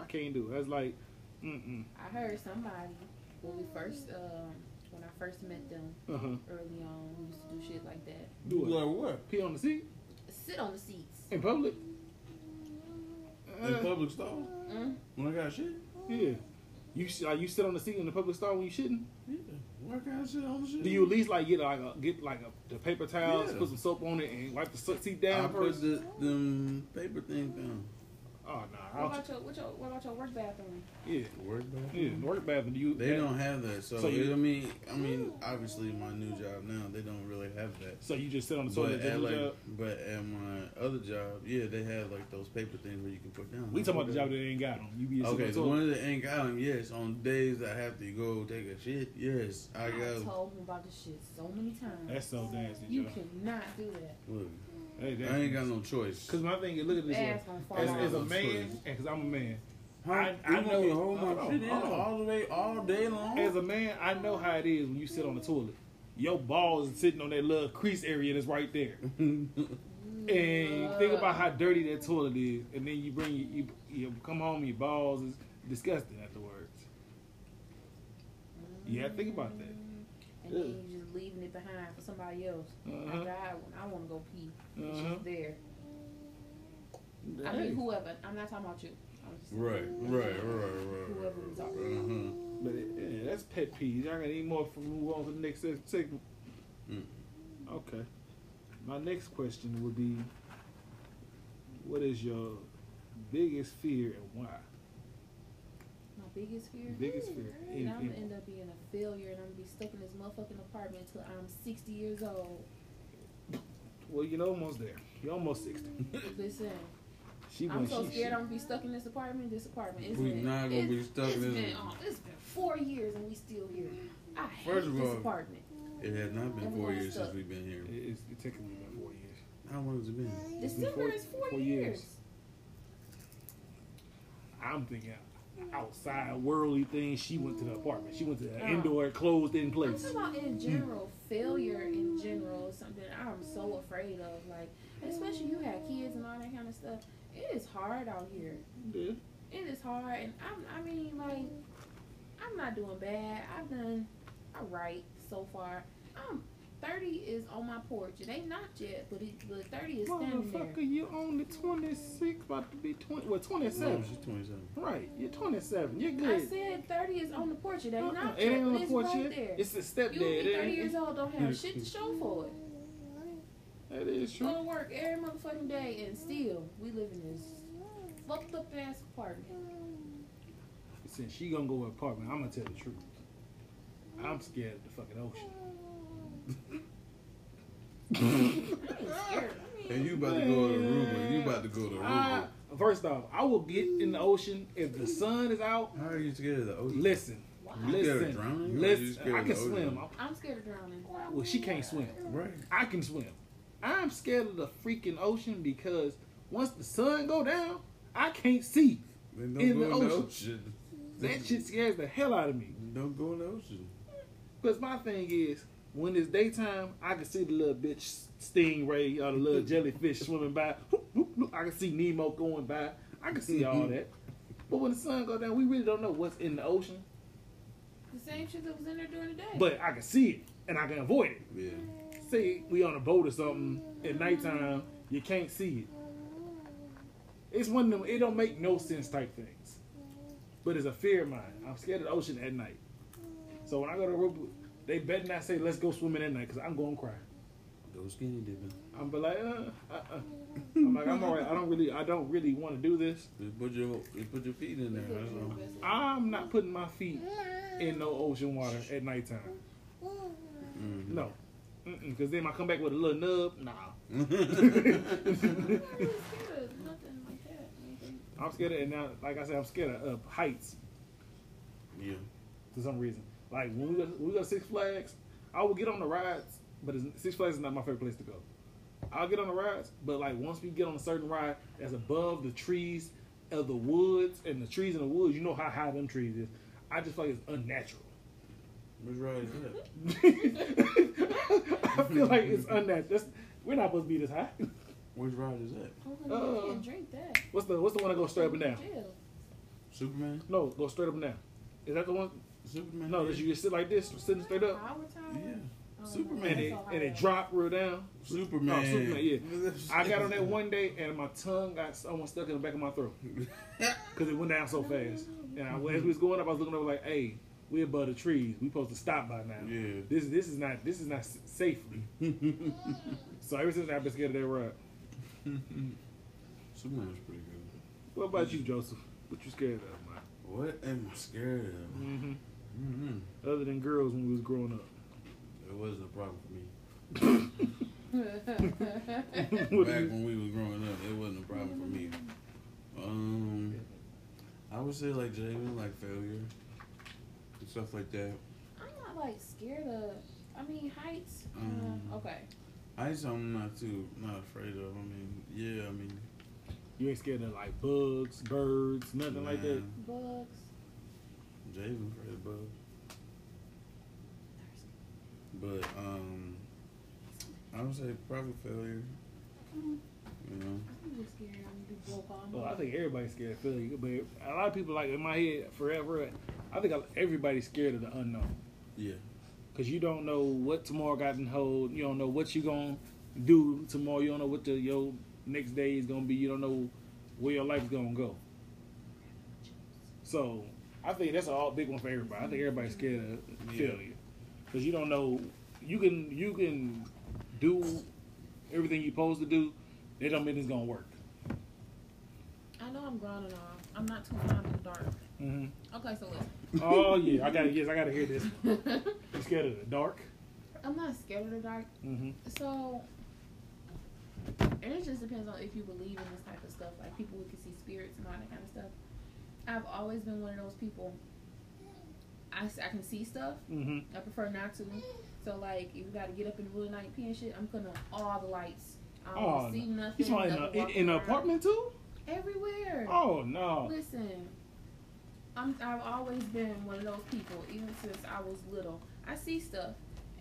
Speaker 1: I can't do it. That's like, mm
Speaker 3: I heard somebody when we first um, when I first met them
Speaker 1: mm. Uh huh.
Speaker 3: early on, we used to do shit like that.
Speaker 1: Do it.
Speaker 2: Like what?
Speaker 1: Pee on the seat
Speaker 3: Sit on the seats.
Speaker 1: in public.
Speaker 2: In
Speaker 1: Uh,
Speaker 2: public stall?
Speaker 1: Mm-hmm.
Speaker 3: Mm.
Speaker 2: When I got shit?
Speaker 1: yeah. You sh- uh, you sit on the seat in the public store when you shouldn't.
Speaker 2: Yeah. When I got shit on the shit?
Speaker 1: Do you at least like get like a, get like a, the paper towels,
Speaker 2: Yeah.
Speaker 1: put some soap on it, and wipe the soot seat
Speaker 2: I
Speaker 1: down
Speaker 2: put
Speaker 1: first?
Speaker 2: the, them paper thing down.
Speaker 1: Oh nah,
Speaker 3: What
Speaker 1: I'll,
Speaker 3: about your what your what about your work bathroom?
Speaker 1: yeah,
Speaker 2: Work bathroom?
Speaker 1: yeah. the Work bathroom, do you
Speaker 2: They don't have that, so,
Speaker 1: So you-
Speaker 2: I mean, I mean, obviously my new job now they don't really have that.
Speaker 1: So you just sit on the
Speaker 2: But
Speaker 1: toilet.
Speaker 2: at,
Speaker 1: and do
Speaker 2: like,
Speaker 1: the job?
Speaker 2: but at my other job, yeah, they have like those paper things where you can put down.
Speaker 1: We talking about the job that ain't got them. You be sitting
Speaker 2: Okay,
Speaker 1: on the
Speaker 2: so
Speaker 1: toilet.
Speaker 2: one of the ain't got them. Yes, on days I have to go take a shit. Yes, I got.
Speaker 3: told him about this shit so many times.
Speaker 1: That's so nasty,
Speaker 3: you
Speaker 1: Joe.
Speaker 3: cannot do that.
Speaker 2: Look,
Speaker 1: Hey, that-
Speaker 2: I ain't got no choice.
Speaker 1: Cause my thing is, look at this.
Speaker 3: Your
Speaker 1: way.
Speaker 3: ass gonna fall
Speaker 1: As,
Speaker 2: It's-
Speaker 3: off.
Speaker 1: as
Speaker 2: it's
Speaker 1: a
Speaker 2: I'm
Speaker 1: man,
Speaker 2: sorry.
Speaker 1: and cause I'm a man.
Speaker 2: Huh?
Speaker 1: I- I
Speaker 2: You want me
Speaker 1: know-
Speaker 2: to hold
Speaker 1: hold
Speaker 2: my
Speaker 1: on,
Speaker 2: shit in
Speaker 1: hold on.
Speaker 2: all the way all day long.
Speaker 1: As a man, I know how it is when you sit on the toilet. Your balls is sitting on that little crease area that's right there.
Speaker 3: Mm,
Speaker 1: And think about how dirty that toilet is, and then you bring you, you come home and your balls is disgusting afterwards. You gotta think about that.
Speaker 3: And then you just leaving it behind for somebody else.
Speaker 1: Uh-huh.
Speaker 3: After I, when I want to go pee, it's
Speaker 1: Uh-huh.
Speaker 3: just there. I mean, whoever. I'm not talking about you. I'm just
Speaker 2: Right, right, right, right.
Speaker 3: Whoever we talking about.
Speaker 2: Uh-huh.
Speaker 1: But it, yeah, that's pet peeves. Y'all got any more for move on to the next se- segment?
Speaker 2: Mm.
Speaker 1: Okay. My next question would be, what is your biggest fear and why?
Speaker 3: My biggest fear.
Speaker 1: Biggest fear.
Speaker 3: And
Speaker 1: In,
Speaker 3: I'm gonna
Speaker 1: in,
Speaker 3: end up being a failure, and I'm gonna be stuck in this motherfucking apartment until I'm 60 years old.
Speaker 1: well, you're almost there. You're almost sixty.
Speaker 3: Listen,
Speaker 1: She
Speaker 3: I'm
Speaker 1: went.
Speaker 3: so
Speaker 1: she,
Speaker 3: scared
Speaker 1: she,
Speaker 3: I'm gonna be stuck in this apartment. This apartment. It's
Speaker 2: We
Speaker 3: been,
Speaker 2: not gonna
Speaker 3: it's-
Speaker 2: be stuck
Speaker 3: it's
Speaker 2: in this-
Speaker 3: Been, oh, it's been four years and we still here. I hate
Speaker 2: First of
Speaker 3: this
Speaker 2: all-
Speaker 3: apartment.
Speaker 2: It has not been four
Speaker 3: Everyone
Speaker 2: years
Speaker 3: sucks.
Speaker 2: since we've been here.
Speaker 1: it, it's it taking me about four years.
Speaker 2: How long has it been?
Speaker 3: December
Speaker 1: four-
Speaker 3: is four,
Speaker 1: four
Speaker 3: years.
Speaker 1: years. I'm thinking outside worldly things. She went to the apartment. She went to the
Speaker 3: Ah.
Speaker 1: indoor closed in
Speaker 3: I'm
Speaker 1: place.
Speaker 3: talking about in general, failure in general is something I'm so afraid of. Like, especially you had kids and all that kind of stuff. It is hard out here.
Speaker 1: Yeah.
Speaker 3: It is hard, and I'm. I mean, like, I'm not doing bad. I've done all right so far. I'm 30 is on my porch. It ain't knocked yet, but it, but 30 is standing there.
Speaker 1: Motherfucker, you on the 26, about to be 20, well,
Speaker 2: No,
Speaker 1: 27.
Speaker 2: she's 27.
Speaker 1: Right, you're 27. You're
Speaker 3: I
Speaker 1: good.
Speaker 3: said 30 is on the porch. It ain't
Speaker 1: Uh-uh,
Speaker 3: knocked
Speaker 1: it
Speaker 3: yet,
Speaker 1: ain't on
Speaker 3: but
Speaker 1: the
Speaker 3: it's
Speaker 1: porch
Speaker 3: right
Speaker 1: yet.
Speaker 3: there.
Speaker 1: It's the
Speaker 3: You
Speaker 1: stepdad.
Speaker 3: will be 30
Speaker 1: It
Speaker 3: years
Speaker 1: ain't-
Speaker 3: old, don't have shit to show for it.
Speaker 1: That is
Speaker 3: Go to
Speaker 1: true.
Speaker 3: work every motherfucking day, and still, we live in this fucked up ass apartment.
Speaker 1: Since she gonna go apartment, I'm gonna tell the truth. I'm scared of the fucking ocean.
Speaker 3: I ain't scared. I mean,
Speaker 2: And you about to go to Aruba. You about to go to
Speaker 1: I,
Speaker 2: Aruba.
Speaker 1: Uh, first off, I will get in the ocean if the sun is out.
Speaker 2: How are you scared of the ocean?
Speaker 1: Listen,
Speaker 3: why?
Speaker 2: You scared of
Speaker 1: listen,
Speaker 2: drowning, or you
Speaker 1: listen.
Speaker 2: scared
Speaker 1: I
Speaker 2: of
Speaker 1: can
Speaker 2: the ocean?
Speaker 1: swim. I-
Speaker 3: I'm scared of drowning.
Speaker 1: Well, she can't swim.
Speaker 2: Right.
Speaker 1: I can swim. I'm scared of the freaking ocean because once the sun go down, I can't see.
Speaker 2: Then don't
Speaker 1: In
Speaker 2: go
Speaker 1: the
Speaker 2: in the
Speaker 1: ocean.
Speaker 2: ocean.
Speaker 1: That shit scares the hell out of me.
Speaker 2: Don't go in the ocean.
Speaker 1: Cause my thing is, when it's daytime, I can see the little bitch stingray or the little jellyfish swimming by. Whoop, whoop, whoop. I can see Nemo going by. I can see all that. But when the sun goes down, we really don't know what's in the ocean.
Speaker 3: The same shit that was in there during the day.
Speaker 1: But I can see it and I can avoid it.
Speaker 2: Yeah.
Speaker 1: Say we on a boat or something at nighttime, you can't see it. It's one of them. It don't make no sense type things. But it's a fear of mine. I'm scared of the ocean at night. So when I go to Aruba, they better not say let's go swimming at night because I'm going to cry.
Speaker 2: Go skinny dipping.
Speaker 1: I'm be like, uh, uh, uh. I'm like, I'm alright. I don't really, I don't really want to do this.
Speaker 2: Just put your, just put your feet in there. That's all.
Speaker 1: I'm not putting my feet in no ocean water at nighttime.
Speaker 2: Mhm.
Speaker 1: No, because then I come back with a little nub. Nah,
Speaker 2: Mm-hmm.
Speaker 3: I'm not really scared of nothing like that. Anything.
Speaker 1: I'm scared of. And now, like I said, I'm scared of uh, heights
Speaker 2: yeah.
Speaker 1: for some reason. Like when we go, when we go to Six Flags, I will get on the rides, but it's, Six Flags is not my favorite place to go. I'll get on the rides, but like once we get on a certain ride that's above the trees of the woods and the trees in the woods, you know how high them trees is. I just feel like it's unnatural.
Speaker 2: Which ride is that?
Speaker 1: I feel like it's unnatural. That's, we're not supposed to be this high.
Speaker 2: Which ride is that?
Speaker 3: Oh, honey, you
Speaker 1: Uh,
Speaker 3: can't drink that.
Speaker 1: What's the what's the one that goes straight up and down?
Speaker 3: Jail.
Speaker 2: Superman?
Speaker 1: No, go straight up and down. Is that the one?
Speaker 2: Superman?
Speaker 1: No, that you just sit like this, sitting straight up,
Speaker 3: Power tower?
Speaker 2: Yeah.
Speaker 3: Oh,
Speaker 2: Superman.
Speaker 1: and
Speaker 3: that's
Speaker 1: it
Speaker 3: so
Speaker 1: and it
Speaker 3: high.
Speaker 1: drop real down.
Speaker 2: Superman.
Speaker 1: No, Superman, I got on that one day and my tongue got someone stuck in the back of my throat because it went down so fast. And I, as we was going up, I was looking over like, "Hey, we above the trees. We supposed to stop by now.
Speaker 2: Yeah.
Speaker 1: This this is not this is not s- safely." so ever since then, I've been scared of that ride.
Speaker 2: Superman's pretty good.
Speaker 1: What about you, Joseph? What you scared of, man?
Speaker 2: What am I scared of?
Speaker 1: Mm-hmm.
Speaker 2: Mm-hmm.
Speaker 1: Other than girls when we was growing up.
Speaker 2: It wasn't a problem for me.
Speaker 1: What
Speaker 2: Back
Speaker 1: you-
Speaker 2: when we was growing up, it wasn't a problem for me. Um, I would say like Jamin, like failure and stuff like that.
Speaker 3: I'm not like scared of. I mean heights. uh,
Speaker 2: Mm.
Speaker 3: okay.
Speaker 2: I just I'm not too not afraid of. I mean, yeah, I mean,
Speaker 1: you ain't scared of like bugs, birds, nothing like that.
Speaker 2: nah,
Speaker 3: Bugs.
Speaker 2: Jamin afraid of bugs, but um, I would say probably failure. You know,
Speaker 3: I'm just scared. I'm gonna be broke all
Speaker 1: Well, Oh, I
Speaker 3: night.
Speaker 1: think everybody's scared of failure, but a lot of people like in my head forever. I think everybody's scared of the unknown
Speaker 2: yeah,
Speaker 1: because you don't know what tomorrow got in hold. You don't know what you gonna do tomorrow. You don't know what the, your next day is gonna be. You don't know where your life's gonna go. So I think that's a all big one for everybody. I think everybody's scared of
Speaker 2: Yeah.
Speaker 1: failure because you don't know. You can you can do everything you're supposed to do. It don't mean it's gonna work.
Speaker 3: I know I'm grown and all. I'm not too blind in the dark.
Speaker 1: hmm
Speaker 3: Okay, so
Speaker 1: oh yeah, I got to yes, I gotta hear this.
Speaker 3: listen.
Speaker 1: You scared of the dark?
Speaker 3: I'm not scared of the dark.
Speaker 1: Mm-hmm.
Speaker 3: So And it just depends on if you believe in this type of stuff, like people who can see spirits and all that kind of stuff. I've always been one of those people. I, s- I can see stuff.
Speaker 1: Mm-hmm.
Speaker 3: I prefer not to. So like, if you got to get up in the middle of the night and pee and shit, I'm putting on all the lights. I don't
Speaker 1: Oh,
Speaker 3: wanna see nothing.
Speaker 1: You talking in, a,
Speaker 3: nothing
Speaker 1: in,
Speaker 3: walking
Speaker 1: in an
Speaker 3: around.
Speaker 1: apartment too?
Speaker 3: Everywhere.
Speaker 1: Oh no.
Speaker 3: Listen, I'm, I've always been one of those people, even since I was little. I see stuff,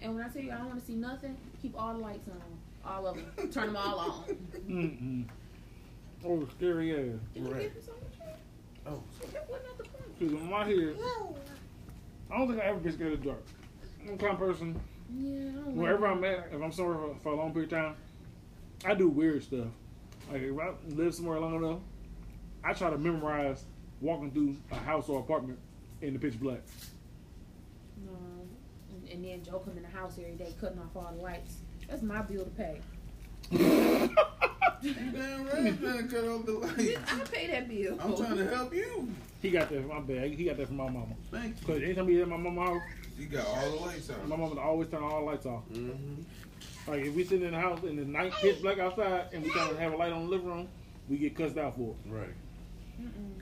Speaker 3: and when I tell you I don't want to see nothing, keep all the lights on, all of them, turn them all on.
Speaker 1: Mm-mm. Mm-hmm. Oh, scary ass.
Speaker 3: You wanna
Speaker 2: Right.
Speaker 3: give me some of that?
Speaker 2: Oh,
Speaker 3: That wasn't at the point.
Speaker 1: Cause in my head, I don't think I ever been scared of the dark. I'm the kind of person.
Speaker 3: Yeah, I don't
Speaker 1: Wherever
Speaker 3: like
Speaker 1: I'm at, if I'm somewhere for, for a long period of time, I do weird stuff. Like if I live somewhere long enough, I try to memorize walking through a house or apartment in the pitch black.
Speaker 3: No. And, and then Joe come in the house every day, cutting off all the lights. That's my bill to pay.
Speaker 2: you damn right, man. Cut off the lights.
Speaker 3: I pay that bill.
Speaker 2: I'm trying to help you.
Speaker 1: he got that from my bag. He got that from my mama.
Speaker 2: Thank you.
Speaker 1: Cause anytime he's at my mama's house,
Speaker 2: You got all the lights
Speaker 1: my
Speaker 2: out.
Speaker 1: mama would always turn all the lights off.
Speaker 2: Mm-hmm.
Speaker 1: Like if we sit in the house and the night pitch black outside and we trying to have a light on the living room, we get cussed out for it.
Speaker 2: Right.
Speaker 3: Mm-mm.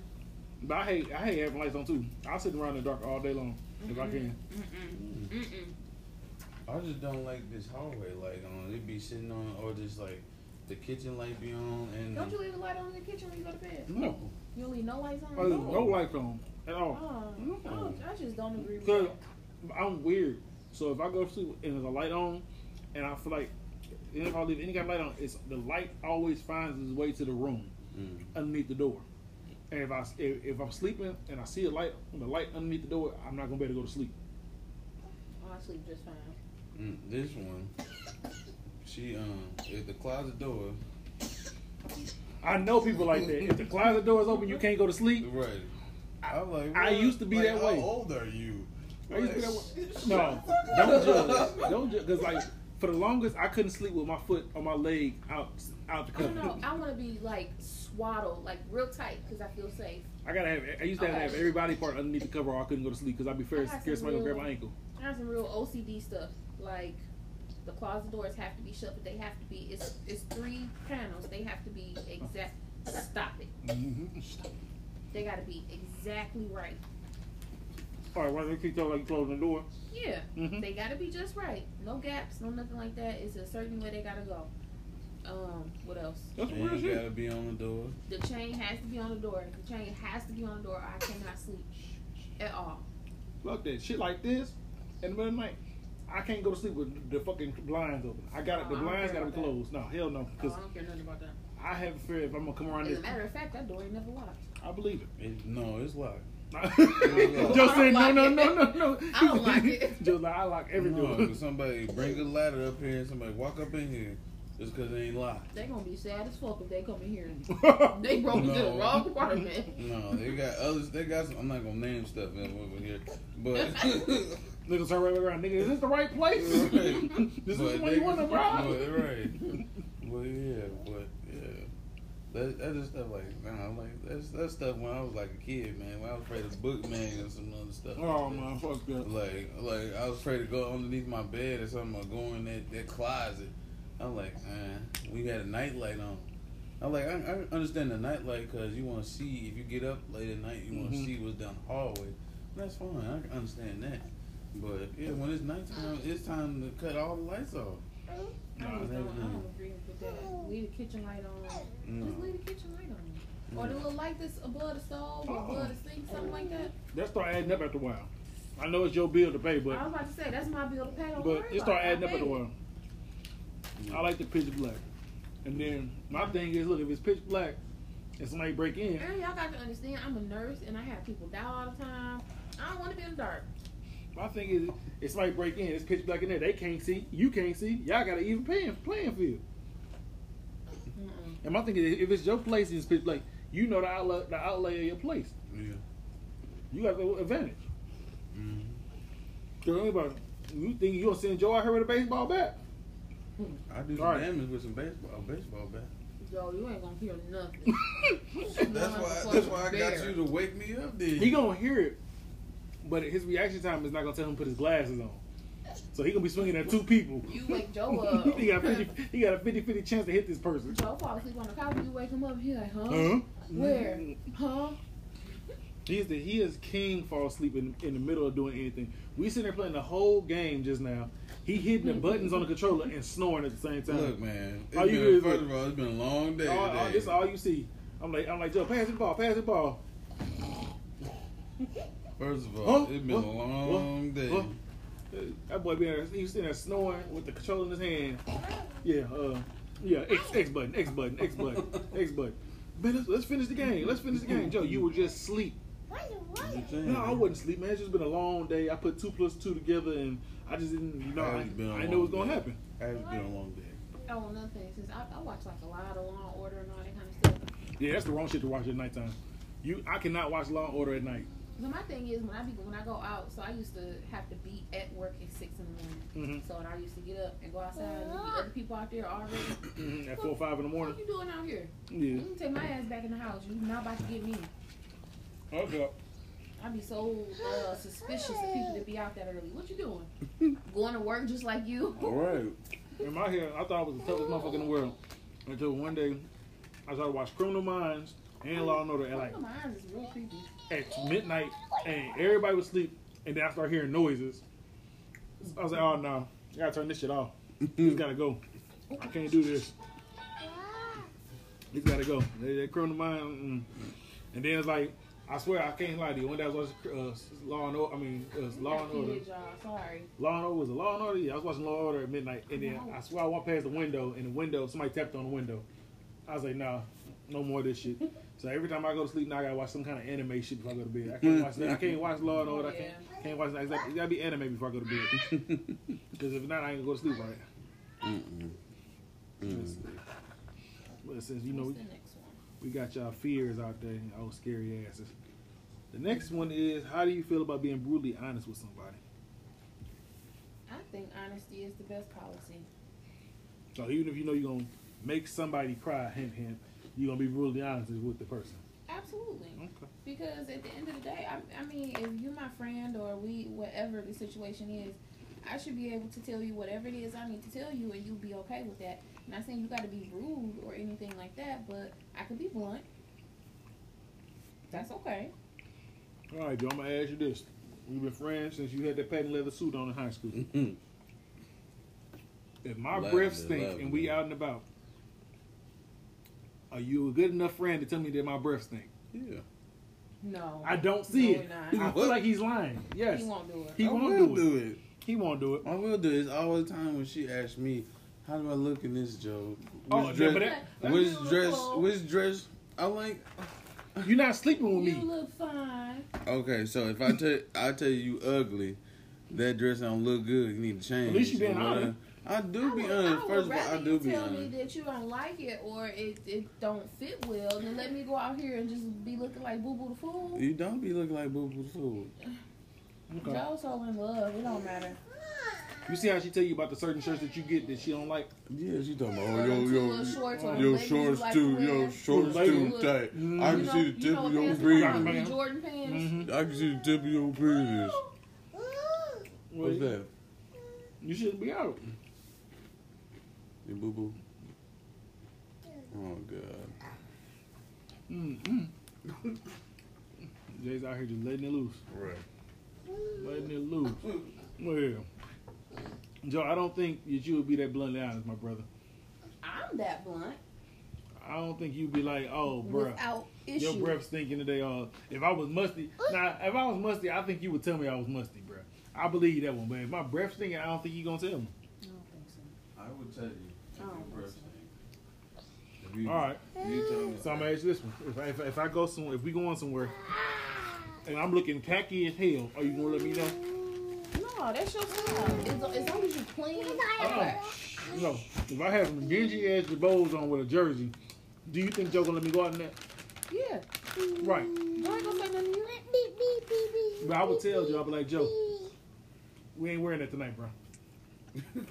Speaker 1: But I hate I hate having lights on too. I'll sit around in the dark all day long if I can.
Speaker 3: Mm-mm. Mm-mm.
Speaker 2: I just don't like this hallway light on. It be sitting on, or just like the kitchen light be on, and
Speaker 3: Don't you leave the light on in the kitchen when you go to bed?
Speaker 2: no,
Speaker 3: You don't leave no lights on?
Speaker 1: Oh, there's no lights on at all.
Speaker 3: Oh,
Speaker 2: No.
Speaker 3: I don't- I just don't agree with
Speaker 1: Cause
Speaker 3: that.
Speaker 1: I'm weird. So if I go to sleep and there's a light on, and I feel like even if I leave any kind of light on, it's the light always finds its way to the room
Speaker 2: mm.
Speaker 1: underneath the door. And if I if, if I'm sleeping and I see a light, the light underneath the door, I'm not gonna be able to go to sleep.
Speaker 3: Oh, I sleep just fine.
Speaker 2: Mm. this one, she um, if the closet door,
Speaker 1: I know people like that. If the closet door is open, you can't go to sleep.
Speaker 2: right? I'm like,
Speaker 1: I
Speaker 2: what?
Speaker 1: used to be
Speaker 2: Like,
Speaker 1: that way.
Speaker 2: How old are you?
Speaker 1: I used to be that way.
Speaker 2: Shut
Speaker 1: No,
Speaker 2: the fuck
Speaker 1: don't
Speaker 2: up.
Speaker 1: judge. Don't judge. Cause like for the longest, I couldn't sleep with my foot on my leg out out the
Speaker 3: I don't know.
Speaker 1: cover.
Speaker 3: I want to be like swaddled, like real tight, because I feel safe.
Speaker 1: I gotta have. I used to have, to
Speaker 3: Okay.
Speaker 1: have every body part underneath the cover, or I couldn't go to sleep because I'd be
Speaker 3: I
Speaker 1: afraid
Speaker 3: got
Speaker 1: scared
Speaker 3: some
Speaker 1: somebody gonna grab
Speaker 3: real-
Speaker 1: my ankle.
Speaker 3: I have some real OCD stuff, like the closet doors have to be shut, but they have to be. It's it's three panels. They have to be exact. Stop it. They got to be exactly right.
Speaker 1: All right, why they keep telling like closing the door?
Speaker 3: Yeah.
Speaker 1: Mm-hmm.
Speaker 3: They gotta be just right. No gaps, no nothing like that. It's a certain way they gotta go. Um, what else?
Speaker 1: That's
Speaker 2: And
Speaker 1: weird
Speaker 2: you
Speaker 1: shit.
Speaker 2: gotta be on the door.
Speaker 3: The chain has to be on the door. The chain has to be on the door. I cannot sleep at all.
Speaker 1: Fuck that shit like this. And the middle of the night, I can't go to sleep with the fucking blinds open. I got it. The
Speaker 3: Oh, I don't
Speaker 1: blinds
Speaker 3: care
Speaker 1: gotta be
Speaker 3: about
Speaker 1: closed. No, hell no,
Speaker 3: Oh,
Speaker 1: because
Speaker 3: I don't care nothing about that.
Speaker 1: I have a fear if I'm gonna come around
Speaker 3: As
Speaker 1: this,
Speaker 3: a matter of fact, that door ain't never locked.
Speaker 1: I believe it.
Speaker 2: It, no, it's locked.
Speaker 1: Joe
Speaker 3: don't
Speaker 1: said, no,
Speaker 3: like
Speaker 1: no,
Speaker 3: it.
Speaker 1: no, no, no.
Speaker 3: I don't like it.
Speaker 1: Joe's like, I lock every
Speaker 2: No,
Speaker 1: door.
Speaker 2: 'cause somebody bring a ladder up here and somebody walk up in here just because it ain't locked.
Speaker 3: They gonna be sad as fuck if they come in here. and- They broke into the
Speaker 2: No.
Speaker 3: wrong apartment.
Speaker 2: No, they got others. They got some. I'm not gonna name stuff in over here, but
Speaker 1: Nigga turn right back around. Nigga, is this the right place?
Speaker 2: Right.
Speaker 1: this
Speaker 2: but
Speaker 1: is the one
Speaker 2: they-
Speaker 1: you want to rob?
Speaker 2: But, right. But yeah, but yeah. That that is stuff like nah, like that's that stuff when I was like a kid, man. When I was afraid of bookman and some other stuff.
Speaker 1: Oh man, fuck that.
Speaker 2: Like like I was afraid to go underneath my bed or something or go in that, that closet. I'm like, man, we had a nightlight on. I'm like, I, I understand the nightlight because you want to see if you get up late at night, you want to
Speaker 1: Mhm.
Speaker 2: see what's down the hallway. That's fine, I can understand that. But yeah, when it's nighttime, it's time to cut all the lights off.
Speaker 3: I just
Speaker 1: No,
Speaker 3: don't, I
Speaker 2: they
Speaker 3: don't
Speaker 2: didn't.
Speaker 3: agree with that. Leave the kitchen light on.
Speaker 2: No.
Speaker 1: Mm-hmm.
Speaker 3: Just leave the kitchen light on. Or the little light that's above the stove or
Speaker 1: Oh.
Speaker 3: above the sink, something like that.
Speaker 1: That start adding up after a while. I know it's your bill to pay,
Speaker 3: I
Speaker 1: but
Speaker 3: was about to say that's my bill to pay. Don't
Speaker 1: but
Speaker 3: worry
Speaker 1: it start
Speaker 3: about
Speaker 1: adding
Speaker 3: I
Speaker 1: up after a
Speaker 3: paid it.
Speaker 1: while. I like the pitch black. And then my thing is, look, if it's pitch black and somebody break in,
Speaker 3: And y'all got to understand, I'm a nurse and I have people die all the time. I don't want to be in the dark.
Speaker 1: my thing is, if somebody break in, it's pitch black in there. They can't see, you can't see. Y'all got to even paying playing field.
Speaker 3: Mm-mm.
Speaker 1: And my thing is, if it's your place and it's pitch black, you know the outlet, the outlay of your place.
Speaker 2: Yeah.
Speaker 1: You got the advantage.
Speaker 2: mm
Speaker 1: Cause anybody, you think you gonna send Joe out here with a baseball bat?
Speaker 2: I do some
Speaker 1: All right.
Speaker 2: damage with some baseball baseball bat.
Speaker 3: Yo, you ain't gonna hear nothing.
Speaker 2: That's why. That's why I got you to wake me up. Then
Speaker 1: He gonna hear it, but his reaction time is not gonna tell him to put his glasses on. So he gonna be swinging at two people.
Speaker 3: You wake Joe up.
Speaker 1: he got 50, he got a 50-50 chance to hit this person.
Speaker 3: Joe fall asleep on the couch. You wake him up. He like, huh?
Speaker 1: Huh?
Speaker 3: Where? Huh?
Speaker 1: He's the he is king fall asleep in, in the middle of doing anything. We sitting there playing the whole game just now. He hitting
Speaker 3: Mm-hmm.
Speaker 1: the buttons on the controller and snoring at the same time.
Speaker 2: Look, man. It's
Speaker 1: All you
Speaker 2: been,
Speaker 1: do is-
Speaker 2: first of all, it's been a long day.
Speaker 1: all, all,
Speaker 2: today.
Speaker 1: this is all you see. I'm like I'm like Joe, pass the ball, pass the ball.
Speaker 2: First of all,
Speaker 1: Huh?
Speaker 2: it's been a
Speaker 1: Huh?
Speaker 2: long day.
Speaker 1: Huh? Uh, That boy be there, he was sitting there snoring with the controller in his hand. Yeah, uh, yeah, X, X button, X button, X button, X button. Man, let's, let's finish the game. Let's finish the game, Joe. You were just asleep.
Speaker 2: What you saying,
Speaker 1: No, I
Speaker 2: man?
Speaker 1: wasn't asleep, man. It's just been a long day. I put two plus two together, and I just didn't, you know, I, I
Speaker 2: Has been a
Speaker 1: didn't know what's
Speaker 2: long
Speaker 1: gonna
Speaker 2: day.
Speaker 1: happen.
Speaker 2: It's been a long day.
Speaker 3: Oh, another thing. Since I, I watch like a lot of Law and Order and all that kind of stuff.
Speaker 1: Yeah, that's the wrong shit to watch at nighttime. You, I cannot watch Law and Order at night.
Speaker 3: So my thing is when I be when I go out, so I used to have to be at work at six in the morning.
Speaker 1: Mhm.
Speaker 3: So and I used to get up and go outside and there'd be other people out there already.
Speaker 1: Mhm, At four or five in the morning.
Speaker 3: What you doing out here?
Speaker 1: Yeah.
Speaker 3: You can take my ass back in the house. You not about to get me.
Speaker 1: Okay.
Speaker 3: I be so uh, suspicious of people that be out that early. What you doing? Going to work just like you?
Speaker 2: All right.
Speaker 1: In my head, I thought I was the toughest motherfucker in the world until one day I started watching Criminal Minds and Law and Order at like
Speaker 3: One of mine is real creepy.
Speaker 1: at midnight, and everybody was asleep, and then I started hearing noises. I was like, oh no, I gotta turn this shit off. It's gotta go. I can't do this. It's gotta go. That, that criminal mind. Mm. And then it's like, I swear I can't lie to you. One day I was watching uh, Law and Order. I mean, uh, Law and
Speaker 3: Kid,
Speaker 1: Order.
Speaker 3: y'all. Sorry.
Speaker 1: Law and Order was a Law and Order. Yeah, I was watching Law and Order at midnight, and then I swear I walked past the window, and the window somebody tapped on the window. I was like, nah, no more of this shit. So every time I go to sleep now, I gotta watch some kind of anime shit before I go to bed. I can't watch that. I can't watch Law and Order. I can't can't watch that. It's gotta be anime before I go to bed. Because if not, I ain't gonna go to sleep right. But since you know we,
Speaker 3: What's the next one?
Speaker 1: we got y'all fears out there, and all scary asses. The next one is how do you feel about being brutally honest with somebody?
Speaker 3: I think honesty is the best policy.
Speaker 1: So even if you know you're gonna make somebody cry, hint hint, you're gonna be brutally honest with the person.
Speaker 3: Absolutely.
Speaker 1: Okay.
Speaker 3: Because at the end of the day, I, I mean, if you're my friend or we, whatever the situation is, I should be able to tell you whatever it is I need to tell you, and you be okay with that. Not saying you got to be rude or anything like that, but I could be blunt. That's okay.
Speaker 1: All right, Joe. I'm gonna ask you this: We've been friends since you had that patent leather suit on in high school.
Speaker 2: Mm-hmm.
Speaker 1: If my
Speaker 2: Love
Speaker 1: breath
Speaker 2: it,
Speaker 1: stink
Speaker 2: love
Speaker 1: and
Speaker 2: it.
Speaker 1: we out and about, are you a good enough friend to tell me that my breath stink?
Speaker 2: yeah.
Speaker 3: No.
Speaker 1: I don't see
Speaker 3: No,
Speaker 1: it.
Speaker 3: we're not.
Speaker 1: I feel like he's lying. Yes,
Speaker 3: He won't do it.
Speaker 1: He
Speaker 2: I
Speaker 1: won't
Speaker 2: will
Speaker 1: do it.
Speaker 2: do it.
Speaker 1: He won't do it.
Speaker 2: I will do it. It's all the time when she asks me, "How do I look in this, Joe?
Speaker 1: Oh,
Speaker 2: Which
Speaker 1: yeah,
Speaker 2: dress?
Speaker 1: but that- that's
Speaker 2: which
Speaker 3: beautiful.
Speaker 2: dress? Which dress?" I'm like,
Speaker 1: You're not sleeping with
Speaker 3: You
Speaker 1: me.
Speaker 3: look fine.
Speaker 2: okay. So if I tell I tell you you ugly, that dress don't look good. You need to change.
Speaker 1: At least you being
Speaker 2: Or whatever.
Speaker 1: honest.
Speaker 2: I do be
Speaker 3: would-
Speaker 2: honest.
Speaker 3: would
Speaker 2: First of all,
Speaker 3: rather
Speaker 2: I
Speaker 3: you
Speaker 2: do be
Speaker 3: tell me
Speaker 2: honest.
Speaker 3: that you don't like it or it, it don't fit well, then let me go out here and just be looking like boo boo the fool.
Speaker 2: You don't be looking like boo boo the fool.
Speaker 1: Okay.
Speaker 3: Joe's so in love. It don't matter.
Speaker 1: You see how she tell you about the certain shirts that you get that she don't like?
Speaker 2: Yeah, she talking
Speaker 3: Or
Speaker 2: about
Speaker 3: them
Speaker 2: oh,
Speaker 3: two
Speaker 2: yo
Speaker 3: little
Speaker 2: yo.
Speaker 3: shorts or
Speaker 2: Your
Speaker 3: leggings you
Speaker 2: shorts
Speaker 3: like to
Speaker 2: too,
Speaker 3: wear.
Speaker 2: your shorts
Speaker 1: Like
Speaker 2: too
Speaker 3: what?
Speaker 2: tight.
Speaker 1: Mm.
Speaker 2: I
Speaker 3: You
Speaker 2: can
Speaker 3: know-
Speaker 2: see the
Speaker 3: you
Speaker 2: tip
Speaker 3: know
Speaker 2: of
Speaker 3: what
Speaker 2: your
Speaker 3: pants I'm talking
Speaker 2: penis.
Speaker 3: about, the Jordan pants.
Speaker 1: Mhm.
Speaker 2: I can see the tip of your penis. What's that?
Speaker 1: You shouldn't be out.
Speaker 2: Your boo boo. Oh god.
Speaker 1: Mm-mm. Mm-hmm. Jay's out here just letting it loose.
Speaker 2: Right.
Speaker 1: Letting it loose. Well, Joe, I don't think that you would be that bluntly honest, my brother.
Speaker 3: I'm that blunt
Speaker 1: I don't think you'd be like, oh, bruh,
Speaker 3: without issue.
Speaker 1: your breath stinking today. Uh, if I was musty, now if I was musty, I think you would tell me I was musty, bruh. I believe that one, but if my breath stinking, I don't think you gonna tell me.
Speaker 3: I don't think so.
Speaker 2: I would tell you.
Speaker 3: I don't think so.
Speaker 2: Mm-hmm.
Speaker 1: All right,
Speaker 2: You tell me.
Speaker 1: so I'm gonna ask you this one: if I, if, I- if I go somewhere, if we going somewhere, and I'm looking khaki as hell, are you gonna let me know?
Speaker 3: No, that's your style. As, as long as you clean. Okay.
Speaker 1: No, if I have some dingy ass Jabos on with a jersey, do you think Joe gonna let me go out in that?
Speaker 3: Yeah.
Speaker 1: Right.
Speaker 3: You ain't gonna say nothing to you.
Speaker 1: But I would tell Joe, I'd be like, Joe, we ain't wearing that tonight, bro.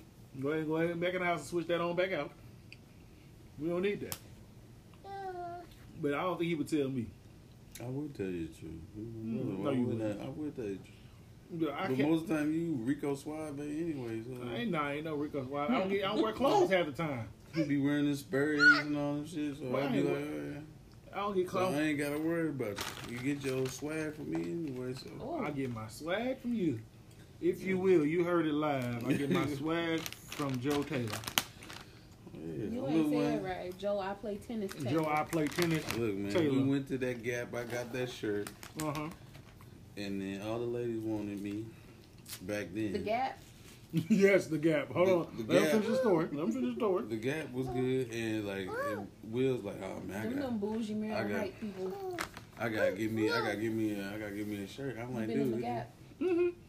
Speaker 1: go ahead, go ahead, back in the house and switch that on back out. We don't need that. But I don't think he would tell me.
Speaker 2: I would tell you the truth.
Speaker 1: Mm,
Speaker 2: Why
Speaker 1: no, you
Speaker 2: would
Speaker 1: wouldn't.
Speaker 2: I? I would tell you the truth.
Speaker 1: But I
Speaker 2: But
Speaker 1: can't.
Speaker 2: most of the time you Rico Suave anyway, so
Speaker 1: I ain't, nah, ain't no Rico's wild. I don't, get, I don't wear clothes half the time.
Speaker 2: you be wearing the Spurs and all them shit, so
Speaker 1: Why
Speaker 2: I'd be
Speaker 1: ain't
Speaker 2: like,
Speaker 1: what-
Speaker 2: oh, yeah.
Speaker 1: I don't get
Speaker 2: So
Speaker 1: clothes.
Speaker 2: I ain't gotta worry about you. You get your swag from me anyway, so
Speaker 3: Oh,
Speaker 1: I get my swag from you. If you will, you heard it live. I get my swag from Joe Taylor.
Speaker 2: yeah.
Speaker 3: you
Speaker 2: Look,
Speaker 3: ain't
Speaker 2: man.
Speaker 3: saying right, Joe. I play tennis.
Speaker 1: Joe, I play tennis.
Speaker 2: Look, man,
Speaker 1: Taylor.
Speaker 2: we went to that Gap. I got that shirt,
Speaker 1: Uh huh.
Speaker 2: and then all the ladies wanted me back then.
Speaker 3: the gap.
Speaker 1: yes, the gap. Hold
Speaker 2: The-
Speaker 1: on.
Speaker 2: the
Speaker 1: Let me
Speaker 2: Gap.
Speaker 1: finish the story. Let me finish the story.
Speaker 2: The Gap was good, and like and Will's like, oh man, I
Speaker 3: Them
Speaker 2: got,
Speaker 3: them bougie
Speaker 2: I
Speaker 3: mirror
Speaker 2: got-
Speaker 3: hype people.
Speaker 2: I gotta give me, I gotta give me, a, I gotta give me a shirt. I'm
Speaker 3: You
Speaker 2: like,
Speaker 3: been in
Speaker 2: dude,
Speaker 3: the
Speaker 2: we-
Speaker 3: gap.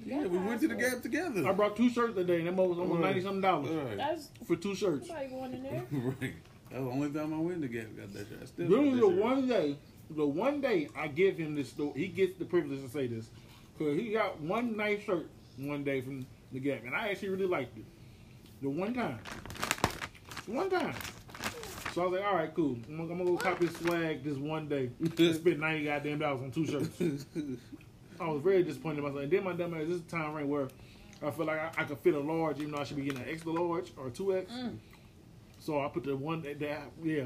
Speaker 2: yeah, we went to the Gap together.
Speaker 1: Mm-hmm. I brought two shirts today, and that was almost
Speaker 2: Right.
Speaker 1: ninety something dollars
Speaker 2: Right.
Speaker 3: That's
Speaker 1: for two shirts.
Speaker 3: nobody going in there.
Speaker 2: right. That's the only time I went to Gap. Got that shirt. I still
Speaker 1: This
Speaker 2: got
Speaker 1: was
Speaker 2: that
Speaker 1: the
Speaker 2: shirt.
Speaker 1: one day, the one day I give him this story. He gets the privilege to say this because he got one nice shirt one day from the Gap, and I actually really liked it. The one time, one time. So I was like, all right, cool. I'm gonna, I'm gonna go copy his swag this one day. and spent ninety goddamn dollars on two shirts. I was very disappointed in myself. And then my dumb ass, this is a time right where I feel like I, I could fit a large, even though I should be getting an extra large or two X.
Speaker 3: Mm.
Speaker 1: So I put the one that, that yeah,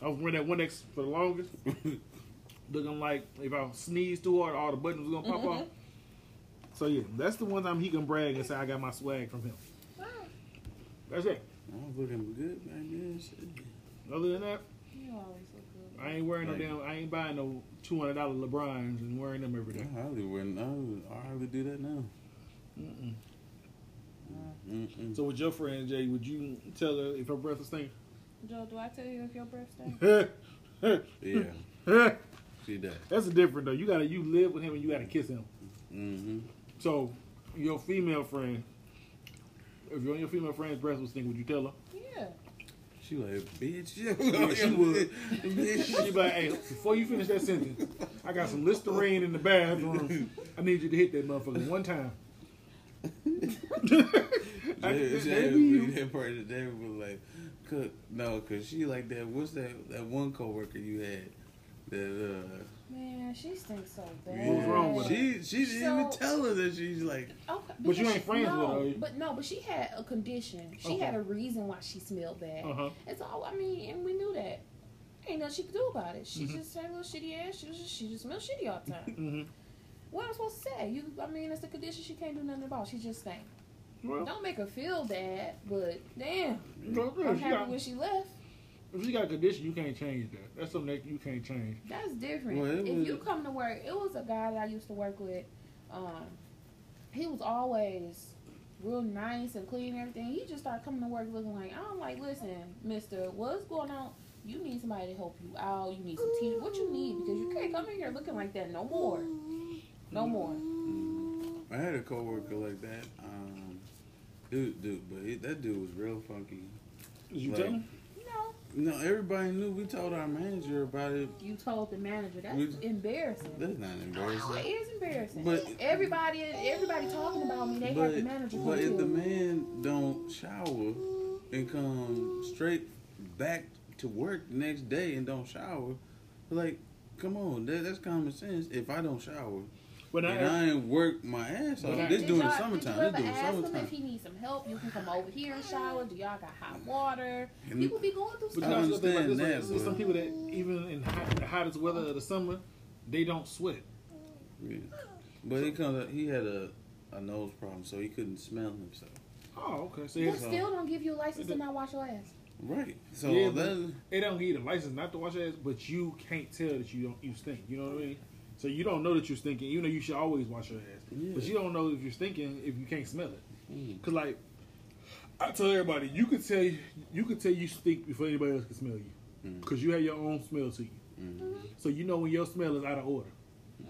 Speaker 1: I was wearing that one X for the longest, looking like if I sneezed too hard, all the buttons was gonna pop off. So yeah, that's the one time he can brag and say I got my swag from him. That's it.
Speaker 2: I was looking good back then. Shit.
Speaker 1: Other than that,
Speaker 3: You always look good.
Speaker 1: I ain't wearing no
Speaker 2: Thank you.
Speaker 1: damn. I ain't buying no two hundred dollar Lebrons and wearing them every day.
Speaker 2: I hardly wear. I hardly- I hardly do that now.
Speaker 1: Mm-mm.
Speaker 2: Mm-mm.
Speaker 1: So with your friend Jay, would you tell her if her breath is stinking?
Speaker 3: Joe, do I tell you if your breath stinks?
Speaker 1: that's
Speaker 2: Yeah,
Speaker 1: a
Speaker 2: she does.
Speaker 1: different though. You gotta you live with him and you gotta kiss him.
Speaker 2: Mm-hmm.
Speaker 1: So your female friend, if you're on your female friend's breath was stinking, would you tell her?
Speaker 3: yeah.
Speaker 2: She like, bitch.
Speaker 1: Yeah, she would.
Speaker 2: Bitch.
Speaker 1: She'd be like, hey, before you finish that sentence, I got some Listerine in the bathroom. I need you to hit that motherfucker one time. I-
Speaker 2: Yeah, she had
Speaker 1: maybe
Speaker 2: to be
Speaker 1: you-
Speaker 2: that person. David was like, cook. No, cause she like that. What's that? That one coworker you had. That uh,
Speaker 3: Man, she stinks so bad.
Speaker 1: What was wrong with her?
Speaker 2: she? She didn't even
Speaker 3: So-
Speaker 2: tell her that she's like.
Speaker 3: Okay,
Speaker 1: But you
Speaker 3: because
Speaker 1: ain't
Speaker 3: she-
Speaker 1: friends with
Speaker 3: no,
Speaker 1: her, are you?
Speaker 3: But no, but she had a condition. She
Speaker 1: Okay.
Speaker 3: had a reason why she smelled bad.
Speaker 1: Uh-huh.
Speaker 3: And so I mean, and we knew that. Ain't nothing she could do about it. She
Speaker 1: Mhm.
Speaker 3: just had a little shitty ass. She was just she just smelled shitty all the time.
Speaker 1: hmm
Speaker 3: what am I supposed to say? You, I mean, it's a condition she can't do nothing about. She just think.
Speaker 1: Well,
Speaker 3: Don't make her feel bad, but damn,
Speaker 1: you know,
Speaker 3: I'm
Speaker 1: if, she
Speaker 3: happy
Speaker 1: got,
Speaker 3: when she left.
Speaker 1: if she got a condition, you can't change that. That's something that you can't change.
Speaker 3: That's different.
Speaker 2: Well, it
Speaker 3: if
Speaker 2: was-
Speaker 3: you come to work, it was a guy that I used to work with. Um, he was always real nice and clean and everything. He just started coming to work looking like I'm like, listen, Mister, what's going on? You need somebody to help you out. You need some tea. What you need because you can't come in here looking like that no more. No more.
Speaker 2: I had a coworker like that. Um, dude, dude, but he, that dude was real funky.
Speaker 1: Did you
Speaker 2: Like-
Speaker 1: tell him?
Speaker 3: No,
Speaker 2: No, everybody knew. We told our manager about it.
Speaker 3: you told the manager that's
Speaker 2: We-
Speaker 3: embarrassing.
Speaker 2: That's not embarrassing.
Speaker 3: It is embarrassing.
Speaker 2: But-
Speaker 3: everybody, everybody talking about me. They have
Speaker 2: but
Speaker 3: the manager.
Speaker 2: but
Speaker 3: come
Speaker 2: if the
Speaker 3: to.
Speaker 2: man don't shower and come straight back to work the next day and don't shower, like, come on, that, that's common sense. If I don't shower
Speaker 1: But
Speaker 2: and
Speaker 1: I,
Speaker 2: I ain't work my ass off,
Speaker 1: But I-
Speaker 2: this
Speaker 3: Did
Speaker 2: during the
Speaker 3: y'all- Did you
Speaker 2: summertime.
Speaker 3: ever
Speaker 2: This during the
Speaker 3: ask him if
Speaker 2: summertime.
Speaker 3: he needs some help? You can come over here and shower. Do y'all got hot water?
Speaker 2: And-
Speaker 3: People be going through
Speaker 1: but you
Speaker 2: I
Speaker 1: know,
Speaker 3: stuff.
Speaker 1: something about this,
Speaker 2: understand
Speaker 1: like,
Speaker 2: that,
Speaker 1: there's some
Speaker 2: but-
Speaker 1: people that even in hot, the hottest weather of the summer, they don't sweat.
Speaker 2: Yeah. But he comes. He had a a nose problem, so he couldn't smell himself.
Speaker 1: Oh, okay. So
Speaker 3: But
Speaker 1: it's,
Speaker 2: Yes.
Speaker 3: still don't give you a license to not wash your ass.
Speaker 2: Right. So
Speaker 1: Yeah, but-
Speaker 2: that
Speaker 1: it don't give you the license not to wash your ass, but you can't tell that you don't you stink. You know what I mean? So you don't know that you're stinking. You know you should always wash your ass,
Speaker 2: Yeah.
Speaker 1: but you don't know if you're stinking if you can't smell it.
Speaker 2: Mm.
Speaker 1: Cause like I tell everybody, you could tell you could tell you stink before anybody else can smell you,
Speaker 2: Mm.
Speaker 1: cause you have your own smell to you.
Speaker 2: Mhm.
Speaker 1: So you know when your smell is out of order.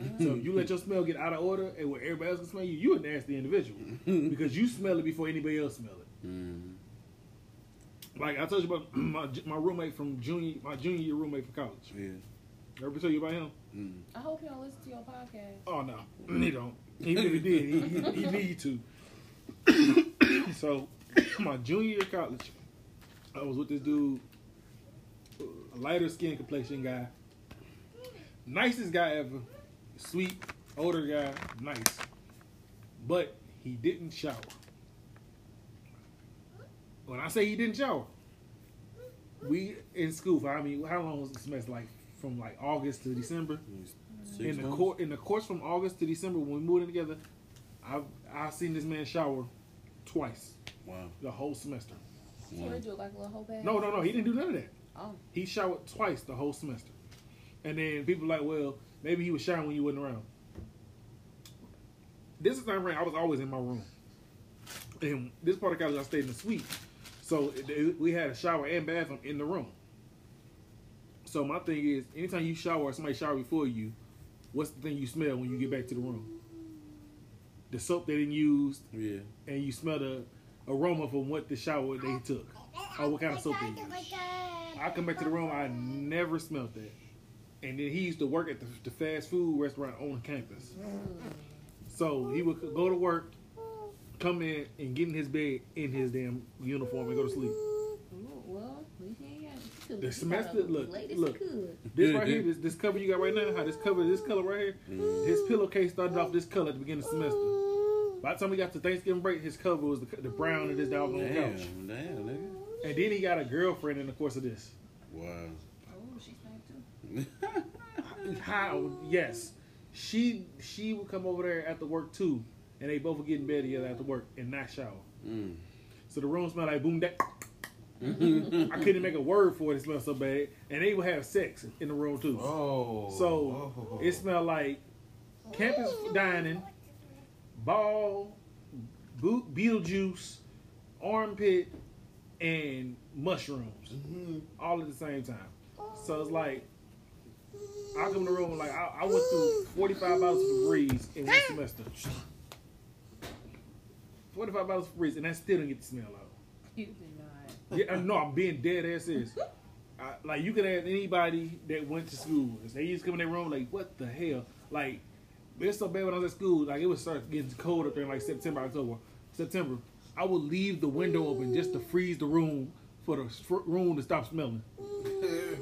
Speaker 2: Mm.
Speaker 1: So if you let your smell get out of order, and where everybody else can smell you, you're a nasty individual because you smell it before anybody else smell it.
Speaker 2: Mm.
Speaker 1: Like I told you about my my roommate from junior my junior year roommate from college.
Speaker 2: Yeah.
Speaker 1: Ever tell you about him?
Speaker 2: Mm.
Speaker 3: I hope you don't listen to your podcast.
Speaker 1: Oh no, he don't. Even if he did, he, he, he need to. so, my junior year of college, I was with this dude, a lighter skin complexion guy, nicest guy ever, sweet, older guy, nice. But he didn't shower. When I say he didn't shower, we in school. For, I mean, how long was the semester? Like from like August to December.
Speaker 2: Six
Speaker 1: in the
Speaker 2: months?
Speaker 1: cour in the course from August to December, when we moved in together, I've I've seen this man shower twice
Speaker 2: Wow.
Speaker 1: the whole semester.
Speaker 3: What
Speaker 2: wow.
Speaker 3: did you do? Like a little whole bag?
Speaker 1: No, no, no. He didn't do none of that.
Speaker 3: Oh.
Speaker 1: He showered twice the whole semester. And then people like, well, maybe he was showering when you wasn't around. This is not right. I was always in my room. And this part of college, I stayed in the suite. So it- it- we had a shower and bathroom in the room. So my thing is, anytime you shower or somebody shower before you, what's the thing you smell when you get back to the room? The soap they didn't use,
Speaker 2: Yeah.
Speaker 1: and you smell the aroma from what the shower they took.
Speaker 4: Oh, what kind of soap they use?
Speaker 1: I come back to the room, I never smelled that. And then he used to work at the, the fast food restaurant on campus. So he would go to work, come in, and get in his bed in his damn uniform and go to sleep.
Speaker 3: Ooh, Well, we can't have you could-
Speaker 1: The
Speaker 3: you
Speaker 1: semester-
Speaker 3: gotta
Speaker 1: look,
Speaker 3: lay this
Speaker 1: look.
Speaker 3: good.
Speaker 1: This right here, this, this cover you got right now, how this cover, this color right here, his pillowcase started off this color at the beginning of the semester. By the time we got to Thanksgiving break, his cover was the, the brown of this doggone
Speaker 2: Damn,
Speaker 1: couch.
Speaker 2: damn, nigga.
Speaker 1: And then he got a girlfriend in the course of this.
Speaker 2: Wow.
Speaker 3: Oh, she's back too.
Speaker 1: How? Yes, she she would come over there after work too, and they both would get in bed together after work and not shower.
Speaker 2: Mm.
Speaker 1: So the room smelled like boom that. I couldn't make a word for it. It smelled so bad, and they would have sex in the room too.
Speaker 2: Oh.
Speaker 1: So it smelled like campus dining, ball, boot, Beetlejuice, armpit, and mushrooms
Speaker 2: Mhm.
Speaker 1: all at the same time. So it's like I come in the room like I, I went through forty five bottles of Febreze in one semester. Forty five bottles of Febreze, and I still didn't get the smell out.
Speaker 3: You did not.
Speaker 1: Yeah, I- no, I'm being dead ass serious. I, like you can ask anybody that went to school, if they used to come in their room like, what the hell? Like it's so bad when I was at school. Like it would start getting cold up there in like September, October, September. I would leave the window open just to freeze the room for the s- for room to stop smelling.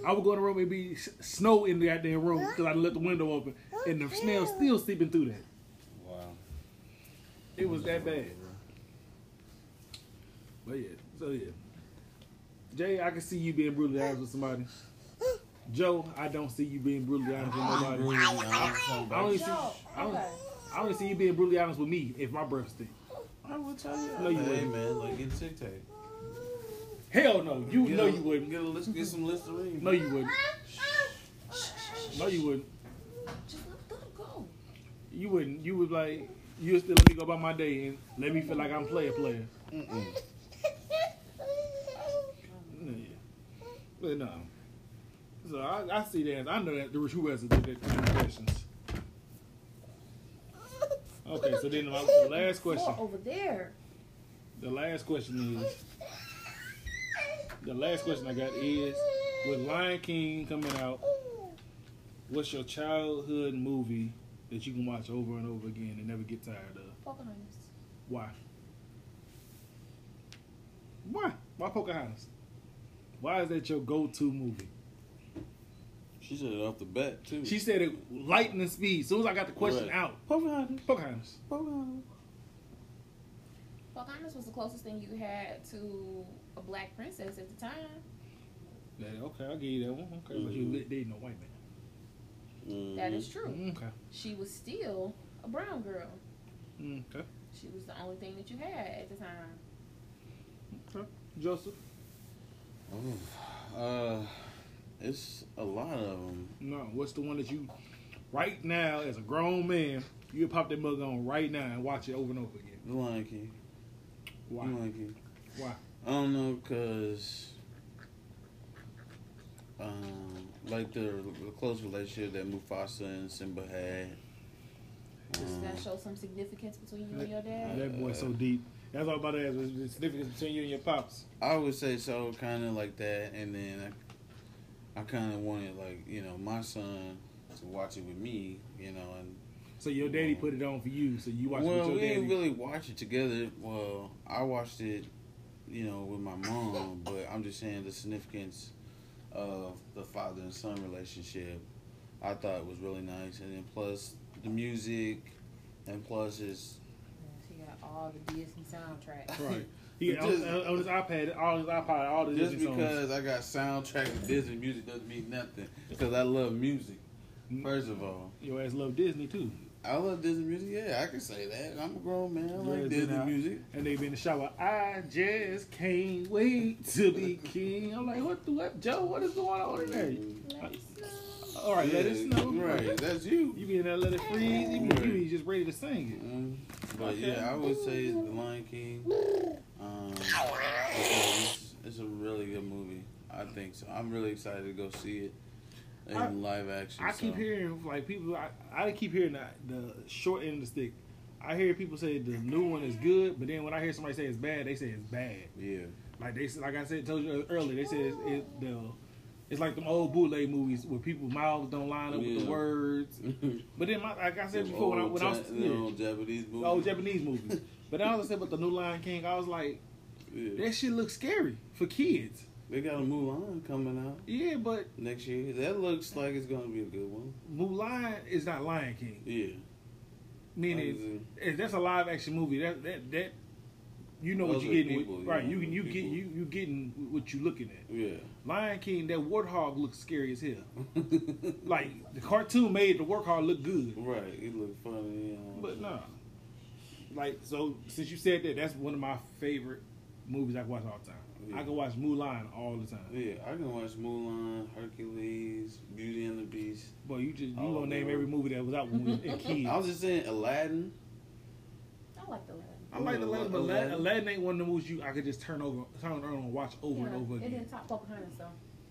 Speaker 1: I would go in the room and be s- snow in the goddamn room because I let the window open and the smell still seeping through that.
Speaker 2: Wow.
Speaker 1: It was that bad. But yeah, so yeah. Jay, I can see you being brutally honest with somebody. Joe, I don't see you being brutally honest with nobody. I only see, I only, I only see you being brutally honest with me if my breath stink.
Speaker 2: I would tell you.
Speaker 1: No, you
Speaker 2: hey,
Speaker 1: wouldn't.
Speaker 2: man, like get tic tac.
Speaker 1: Hell no, you
Speaker 2: Get
Speaker 1: no
Speaker 2: a-
Speaker 1: you wouldn't.
Speaker 2: Get a list. Get some Listerine.
Speaker 1: No you wouldn't. No you wouldn't.
Speaker 3: Just let let it go.
Speaker 1: You wouldn't. You would like you would still let me go by my day and let me feel like I'm player player. Yeah. But no. So I, I see that. I know that the true answer to that three questions. Okay, so then my, the last question.
Speaker 3: Floor over there.
Speaker 1: The last question is. The last question I got is: With Lion King coming out, what's your childhood movie that you can watch over and over again and never get tired of?
Speaker 3: Pocahontas.
Speaker 1: Why? Why? Why Pocahontas? Why is that your go-to movie?
Speaker 2: She said it off the bat too.
Speaker 1: She said it lightning speed. As soon as I got the question
Speaker 2: Right.
Speaker 1: out,
Speaker 2: Pocahontas.
Speaker 1: Pocahontas.
Speaker 2: Pocahontas.
Speaker 3: Pocahontas was the closest thing you had to a black princess at the time.
Speaker 1: Yeah, okay, I'll give you that one. Okay, but you lit dating a white man.
Speaker 2: Mm-hmm.
Speaker 3: That is true.
Speaker 1: Mm, Okay.
Speaker 3: She was still a brown girl.
Speaker 1: Mm, Okay.
Speaker 3: She was the only thing that you had at the time.
Speaker 1: Okay. Joseph?
Speaker 2: Ooh. Mm. Uh, it's a lot of them.
Speaker 1: No. What's the one that you, right now, as a grown man, you can pop that mug on right now and watch it over and over again?
Speaker 2: The Lion King.
Speaker 1: Why?
Speaker 2: The Lion King.
Speaker 1: Why?
Speaker 2: I don't know, cause um, like the, the close relationship that Mufasa and Simba had.
Speaker 3: Does that
Speaker 1: Mm.
Speaker 2: Um,
Speaker 3: show some significance between you and your dad?
Speaker 1: That boy's so deep. That's all I'm about to ask. What's the significance between you and your pops?
Speaker 2: I would say so, kind of like that, and then I, I kind of wanted like you know my son to watch it with me, you know, and
Speaker 1: So your daddy put it on for you, so you watch it
Speaker 2: well
Speaker 1: with
Speaker 2: we
Speaker 1: your daddy.
Speaker 2: didn't really watch it together. Well, I watched it, you know, with my mom, but I'm just saying the significance of the father and son relationship, I thought was really nice, and then plus the music, and plus his
Speaker 3: all the Disney soundtracks.
Speaker 1: Right. He,
Speaker 2: It
Speaker 1: on,
Speaker 2: just-
Speaker 1: on his iPad, all his iPod, all the
Speaker 2: Just
Speaker 1: Disney songs.
Speaker 2: because I got soundtrack to Disney music doesn't mean nothing. Because I love music.
Speaker 1: Mm.
Speaker 2: First of all,
Speaker 1: Your ass love Disney too.
Speaker 2: I love Disney music. Yeah, I can say that. I'm a grown man. I like
Speaker 1: Yeah,
Speaker 2: Disney
Speaker 1: then I-
Speaker 2: music.
Speaker 1: And they be in the shower. I just can't wait to be king. I'm like, what the what, Joe? What is going on in there?
Speaker 3: Let it snow.
Speaker 1: All right, let
Speaker 2: Yeah,
Speaker 1: it snow.
Speaker 2: Right, that's you.
Speaker 1: You be in there, let it freeze. You be, you
Speaker 2: Right.
Speaker 1: be just ready to sing
Speaker 2: Mm, but
Speaker 1: Okay.
Speaker 2: yeah, I would say it's The Lion King. Um, it's, a, it's- it's a really good movie. I think so. I'm really excited to go see it in
Speaker 1: I-
Speaker 2: live action.
Speaker 1: it. I
Speaker 2: so.
Speaker 1: keep hearing like people. I, I keep hearing the, the short end of the stick. I hear people say the new one is good, but then when I hear somebody say it's bad, they say it's bad.
Speaker 2: Yeah,
Speaker 1: Like they like I said told you earlier, they said it's, it, the, it's like them old bootleg movies where people mouths don't line up with
Speaker 2: Yeah.
Speaker 1: the words. But then my, like I said
Speaker 2: Them
Speaker 1: before, when I,
Speaker 2: old
Speaker 1: when I was
Speaker 2: Ja- them
Speaker 1: yeah,
Speaker 2: old Japanese movie.
Speaker 1: the old Japanese movies. but then I was said about the new Lion King, I was like,
Speaker 2: yeah.
Speaker 1: that shit looks scary for kids.
Speaker 2: they got a Mulan coming out
Speaker 1: Yeah, but
Speaker 2: next year. That looks like it's gonna be a good one.
Speaker 1: Mulan is not Lion King.
Speaker 2: Yeah,
Speaker 1: Meaning if that's a live action movie. That that that you know
Speaker 2: Those
Speaker 1: what
Speaker 2: are
Speaker 1: you're getting,
Speaker 2: people,
Speaker 1: with,
Speaker 2: you
Speaker 1: right?
Speaker 2: know,
Speaker 1: You can you get
Speaker 2: people.
Speaker 1: you you getting what you looking at.
Speaker 2: yeah.
Speaker 1: Lion King, that warthog looks scary as hell. Like the cartoon made the warthog look good.
Speaker 2: right, it looked funny. You know.
Speaker 1: But no. Like so since you said that, that's one of my favorite movies I can watch all the time.
Speaker 2: Yeah.
Speaker 1: I can watch Mulan all the time.
Speaker 2: Yeah, I can watch Mulan, Hercules, Beauty and the Beast.
Speaker 1: Boy, you just you
Speaker 2: Oh,
Speaker 1: gonna name
Speaker 2: no.
Speaker 1: every movie that was out when we was a kid.
Speaker 2: I was just saying Aladdin.
Speaker 3: I like the one.
Speaker 1: I like Aladdin, but Aladdin, Aladdin ain't one of the movies you I could just turn over turn on and watch over and over
Speaker 3: it
Speaker 1: again.
Speaker 3: didn't top Pocahontas though.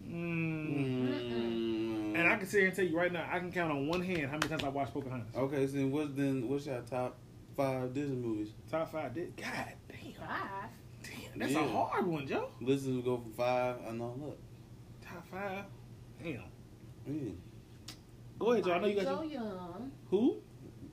Speaker 1: Mm.
Speaker 2: Mm.
Speaker 1: And I can sit here and tell you right now, I can count on one hand how many times I watched Pocahontas.
Speaker 2: Okay, so then what's then what's your top five Disney movies?
Speaker 1: Top five did God damn.
Speaker 3: Five.
Speaker 1: Damn, that's
Speaker 2: Yeah.
Speaker 1: a hard one, Joe.
Speaker 2: Listen to go from five and on up.
Speaker 1: Top five. Damn.
Speaker 2: Yeah.
Speaker 1: Go ahead, Joe. I know you
Speaker 3: Mighty
Speaker 1: got
Speaker 3: Joe
Speaker 1: your,
Speaker 3: Young.
Speaker 1: who?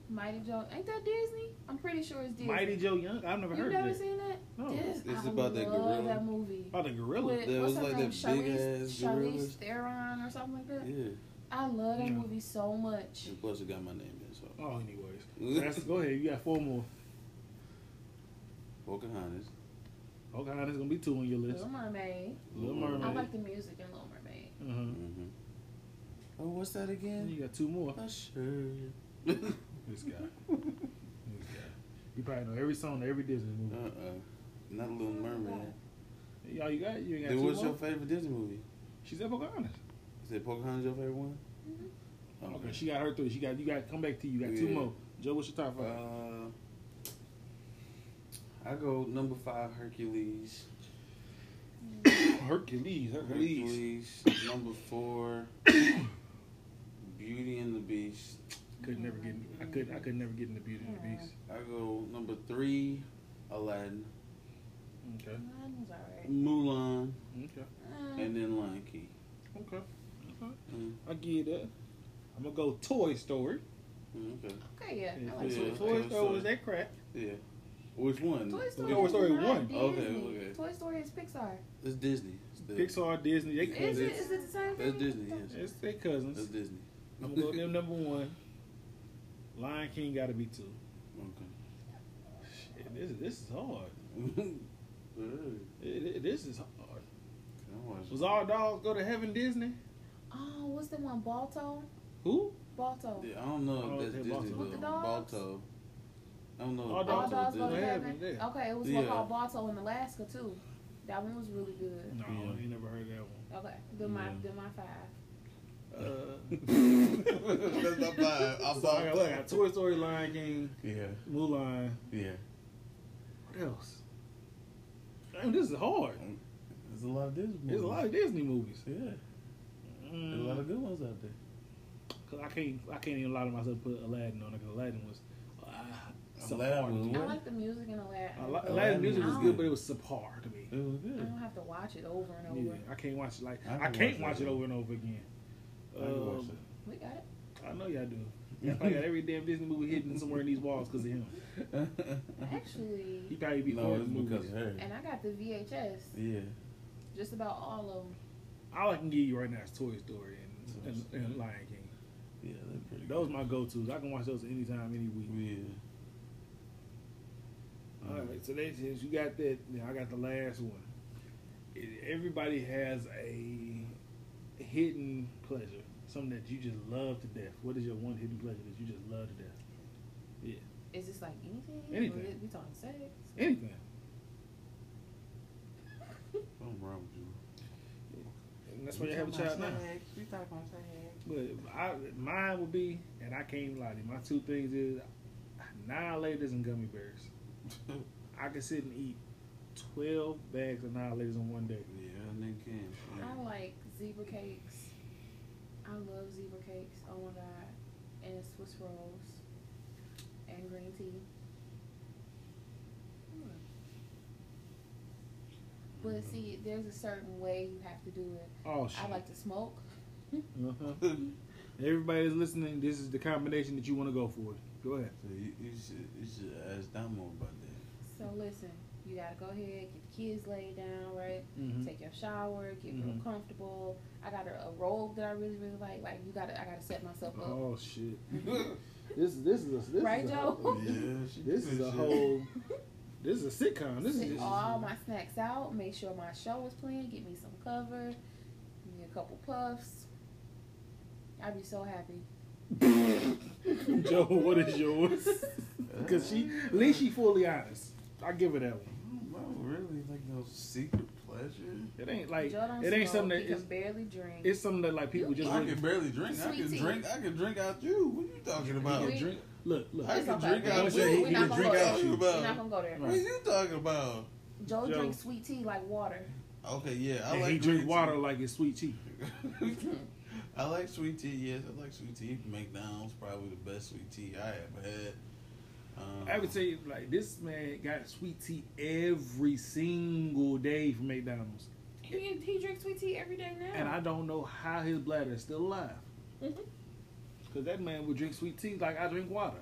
Speaker 3: Mighty Joe. Ain't that Disney? I'm pretty sure it's Disney.
Speaker 1: Mighty Joe Young. I've never
Speaker 3: You
Speaker 1: heard
Speaker 3: never
Speaker 1: of that.
Speaker 3: seen that?
Speaker 1: No.
Speaker 3: This,
Speaker 2: It's
Speaker 3: I
Speaker 2: about that
Speaker 3: love
Speaker 2: gorilla.
Speaker 3: that movie.
Speaker 1: About the gorilla.
Speaker 3: With,
Speaker 2: There
Speaker 3: what's
Speaker 2: was
Speaker 3: her
Speaker 2: like
Speaker 3: name?
Speaker 2: that big ass
Speaker 3: Charlize,
Speaker 2: gorilla.
Speaker 3: Charlize Theron or something like that.
Speaker 2: Yeah.
Speaker 3: I love that
Speaker 1: Yeah.
Speaker 3: movie so much.
Speaker 2: And plus it got my name in so
Speaker 1: Oh, anyways, That's- go ahead. You got four more.
Speaker 2: Pocahontas.
Speaker 1: Okay, that's gonna be two on your list.
Speaker 3: Little Mermaid.
Speaker 1: Little
Speaker 3: I
Speaker 1: Mermaid.
Speaker 3: like the music in Little Mermaid.
Speaker 1: Uh-huh.
Speaker 2: hmm Oh, what's that
Speaker 1: And
Speaker 2: again? Oh,
Speaker 1: you got two more.
Speaker 3: Uh.
Speaker 2: Usher.
Speaker 1: This guy. This guy. You probably know every song, to every Disney
Speaker 3: Uh.
Speaker 1: movie.
Speaker 2: Uh-uh. Not a Little Mermaid.
Speaker 1: Y'all, you got you ain't got
Speaker 2: Then
Speaker 1: two
Speaker 2: what's
Speaker 1: more.
Speaker 2: your favorite Disney movie?
Speaker 1: She said Pocahontas.
Speaker 2: Is it Pocahontas your favorite one?
Speaker 3: Mhm.
Speaker 1: Okay, she got her three. She got you got come back to you. You got two
Speaker 2: Yeah.
Speaker 1: more. Joe, what's your top five?
Speaker 2: Uh, I go number five Hercules.
Speaker 1: Hercules. Hercules.
Speaker 2: Hercules. number four Beauty and the Beast.
Speaker 1: Could never get. I could. I could never get in the Beauty and the Beast.
Speaker 2: I go number three Aladdin,
Speaker 1: Okay.
Speaker 3: Mine was alright.
Speaker 2: Mulan,
Speaker 1: Okay.
Speaker 3: Uh,
Speaker 2: and then Lion King.
Speaker 1: Okay. Okay.
Speaker 2: Mm,
Speaker 1: I get that. I'm gonna go Toy Story.
Speaker 2: mm, okay.
Speaker 3: okay, yeah. I
Speaker 1: Toy
Speaker 3: like
Speaker 2: Yeah.
Speaker 1: Story. Toy
Speaker 2: Toy
Speaker 3: Toy Story.
Speaker 1: Story
Speaker 2: Story.
Speaker 1: was that crap.
Speaker 2: Yeah. Which one?
Speaker 3: Toy Story,
Speaker 1: Toy
Speaker 3: is
Speaker 1: Story
Speaker 3: not
Speaker 1: one.
Speaker 3: Disney.
Speaker 2: Okay, okay.
Speaker 3: Toy Story is Pixar.
Speaker 2: It's Disney. It's Disney.
Speaker 1: Pixar, Disney. They
Speaker 3: Is it?
Speaker 1: cousins.
Speaker 3: Is it the same thing?
Speaker 2: That's Disney, yes.
Speaker 1: It's their
Speaker 2: That's
Speaker 1: cousins.
Speaker 2: Disney.
Speaker 1: I'm gonna go with them number one. Lion King got to be two. Shit, this this is hard.
Speaker 2: Okay. Alright.
Speaker 1: It- it- this is hard.
Speaker 2: I watched-
Speaker 1: Was all dogs go to heaven? Disney?
Speaker 3: Oh, what's the one? Balto.
Speaker 1: Who?
Speaker 3: Balto.
Speaker 2: Yeah, I don't know
Speaker 1: Oh,
Speaker 2: if
Speaker 1: okay,
Speaker 2: that's Disney
Speaker 1: Balto.
Speaker 2: though.
Speaker 3: With the dogs?
Speaker 2: Balto. I don't know
Speaker 1: All
Speaker 2: if
Speaker 3: All
Speaker 1: dogs
Speaker 2: Balto
Speaker 3: dogs go to
Speaker 1: Disney.
Speaker 2: Disney.
Speaker 3: heaven.
Speaker 1: Yeah.
Speaker 3: Okay, it was one
Speaker 2: Yeah.
Speaker 3: called Balto in Alaska too. That one was really good.
Speaker 1: No,
Speaker 2: Yeah.
Speaker 1: I ain't never heard that one.
Speaker 3: Okay, then my
Speaker 2: Yeah.
Speaker 3: then my five.
Speaker 1: Uh,
Speaker 2: That's not bad. I
Speaker 1: so I got, I got
Speaker 2: Balto.
Speaker 1: Toy Story, Lion King,
Speaker 2: Yeah,
Speaker 1: Mulan.
Speaker 2: yeah.
Speaker 1: What else? Damn, this is hard.
Speaker 2: There's a lot of Disney.
Speaker 1: There's a lot of Disney movies.
Speaker 2: Yeah,
Speaker 1: Mm,
Speaker 2: good ones out there.
Speaker 1: Cause I can't, I can't even lie to myself. Put Aladdin on it. Cause Aladdin was. Uh,
Speaker 2: Aladdin was
Speaker 3: I
Speaker 2: What?
Speaker 3: like the music in Aladdin.
Speaker 1: Ala-
Speaker 2: Aladdin
Speaker 1: Aladdin music was
Speaker 3: was
Speaker 1: good,
Speaker 2: good.
Speaker 1: but it was subpar to me.
Speaker 2: It was
Speaker 3: I don't have to watch it over and
Speaker 1: Yeah,
Speaker 3: over.
Speaker 1: I can't watch it like
Speaker 2: I can
Speaker 1: I, can't watch,
Speaker 2: watch
Speaker 1: it
Speaker 2: it.
Speaker 1: over and over again.
Speaker 2: I can watch
Speaker 1: Um,
Speaker 3: We got it.
Speaker 1: I know y'all do. Y'all probably got every damn Disney movie hidden somewhere in these walls because of him. He
Speaker 3: Actually,
Speaker 1: probably be
Speaker 2: no,
Speaker 1: no,
Speaker 2: it's because
Speaker 1: movies.
Speaker 2: of her.
Speaker 3: and I got the VHS.
Speaker 2: Yeah,
Speaker 3: Just about all of them.
Speaker 1: All I can give you right now is Toy Story and, and, and Lion King.
Speaker 2: yeah, they're pretty.
Speaker 1: Those
Speaker 2: good.
Speaker 1: my go tos. I can watch those anytime, any week.
Speaker 2: Yeah.
Speaker 1: right, so that since you got that, now I got the last one. It- everybody has a hidden pleasure, something that you just love to death. What is your one hidden pleasure that you just love to death?
Speaker 3: Is this like anything? Or
Speaker 1: Anything.
Speaker 3: is- we talking sex?
Speaker 1: Anything.
Speaker 2: Something wrong with you.
Speaker 1: And that's why you have a child now.
Speaker 4: We talking about sex.
Speaker 1: But I, mine would be, and I can't lie to you, my two things is annihilators and gummy bears. I can sit and eat 12 bags of annihilators in one day.
Speaker 2: Yeah, that nigga can.
Speaker 3: I like zebra cakes. I love zebra cakes. Oh my god. And Swiss rolls. And green tea. Hmm. But see, there's a certain way you have to do it.
Speaker 1: Oh, shit.
Speaker 3: I like to smoke.
Speaker 1: uh-huh. Everybody that's listening, this is the combination that you want to go for. Go ahead.
Speaker 2: So you, you should you should ask Damo about that.
Speaker 3: So listen, you gotta go ahead, get the kids laid down, right?
Speaker 1: Mm-hmm.
Speaker 3: Take your shower, get real
Speaker 1: Mhm.
Speaker 3: comfortable. I got a, a robe that I really, really like. Like you gotta, I gotta set myself up.
Speaker 1: Oh shit! This this is a, this
Speaker 3: Right,
Speaker 1: is a,
Speaker 3: Joe?
Speaker 1: whole-
Speaker 2: Oh, yeah, she
Speaker 1: This is
Speaker 2: good
Speaker 1: a
Speaker 2: shit.
Speaker 1: whole. This is a sitcom. This
Speaker 3: Sit
Speaker 1: is
Speaker 3: all my snacks out. Make sure my show is playing. Get me some cover. Give me a couple puffs. I'd be so happy.
Speaker 1: Joe. What is yours?
Speaker 2: Uh,
Speaker 1: Because she, at least she fully honest. I give her that one.
Speaker 2: mm, I don't know, really like no secret pleasure.
Speaker 1: It ain't like
Speaker 3: Joe don't
Speaker 1: it ain't
Speaker 3: smoke.
Speaker 1: something
Speaker 3: he
Speaker 1: that
Speaker 3: can
Speaker 1: it's,
Speaker 3: barely drink.
Speaker 1: it's something that like people
Speaker 3: You
Speaker 1: just
Speaker 2: I
Speaker 1: really-
Speaker 2: can barely drink. I can
Speaker 3: Sweet tea.
Speaker 2: drink. I can drink out you. What you talking about?
Speaker 3: can drink-
Speaker 1: look look.
Speaker 2: I
Speaker 3: It's
Speaker 2: can
Speaker 3: okay.
Speaker 2: drink out
Speaker 1: We-
Speaker 2: you.
Speaker 1: we
Speaker 2: What
Speaker 1: not
Speaker 2: you
Speaker 1: gonna
Speaker 2: drink
Speaker 1: go
Speaker 2: out
Speaker 3: there.
Speaker 2: you
Speaker 3: We're not
Speaker 2: about?
Speaker 3: gonna go there.
Speaker 2: What you talking about?
Speaker 3: Joe,
Speaker 1: Joe.
Speaker 3: drinks sweet tea like water.
Speaker 2: Okay, yeah, I
Speaker 1: and
Speaker 2: like
Speaker 1: he drink
Speaker 2: green
Speaker 1: water
Speaker 2: tea.
Speaker 1: like it's sweet tea.
Speaker 2: I like sweet tea. Yes, I like sweet tea. McDonald's probably the best sweet tea I ever had. Um,
Speaker 1: I would say like this man got sweet tea every single day from McDonald's,
Speaker 3: He, he drinks sweet tea every day now.
Speaker 1: and I don't know how his bladder is still alive. Mm-hmm. Cause that man would drink sweet tea like I drink water.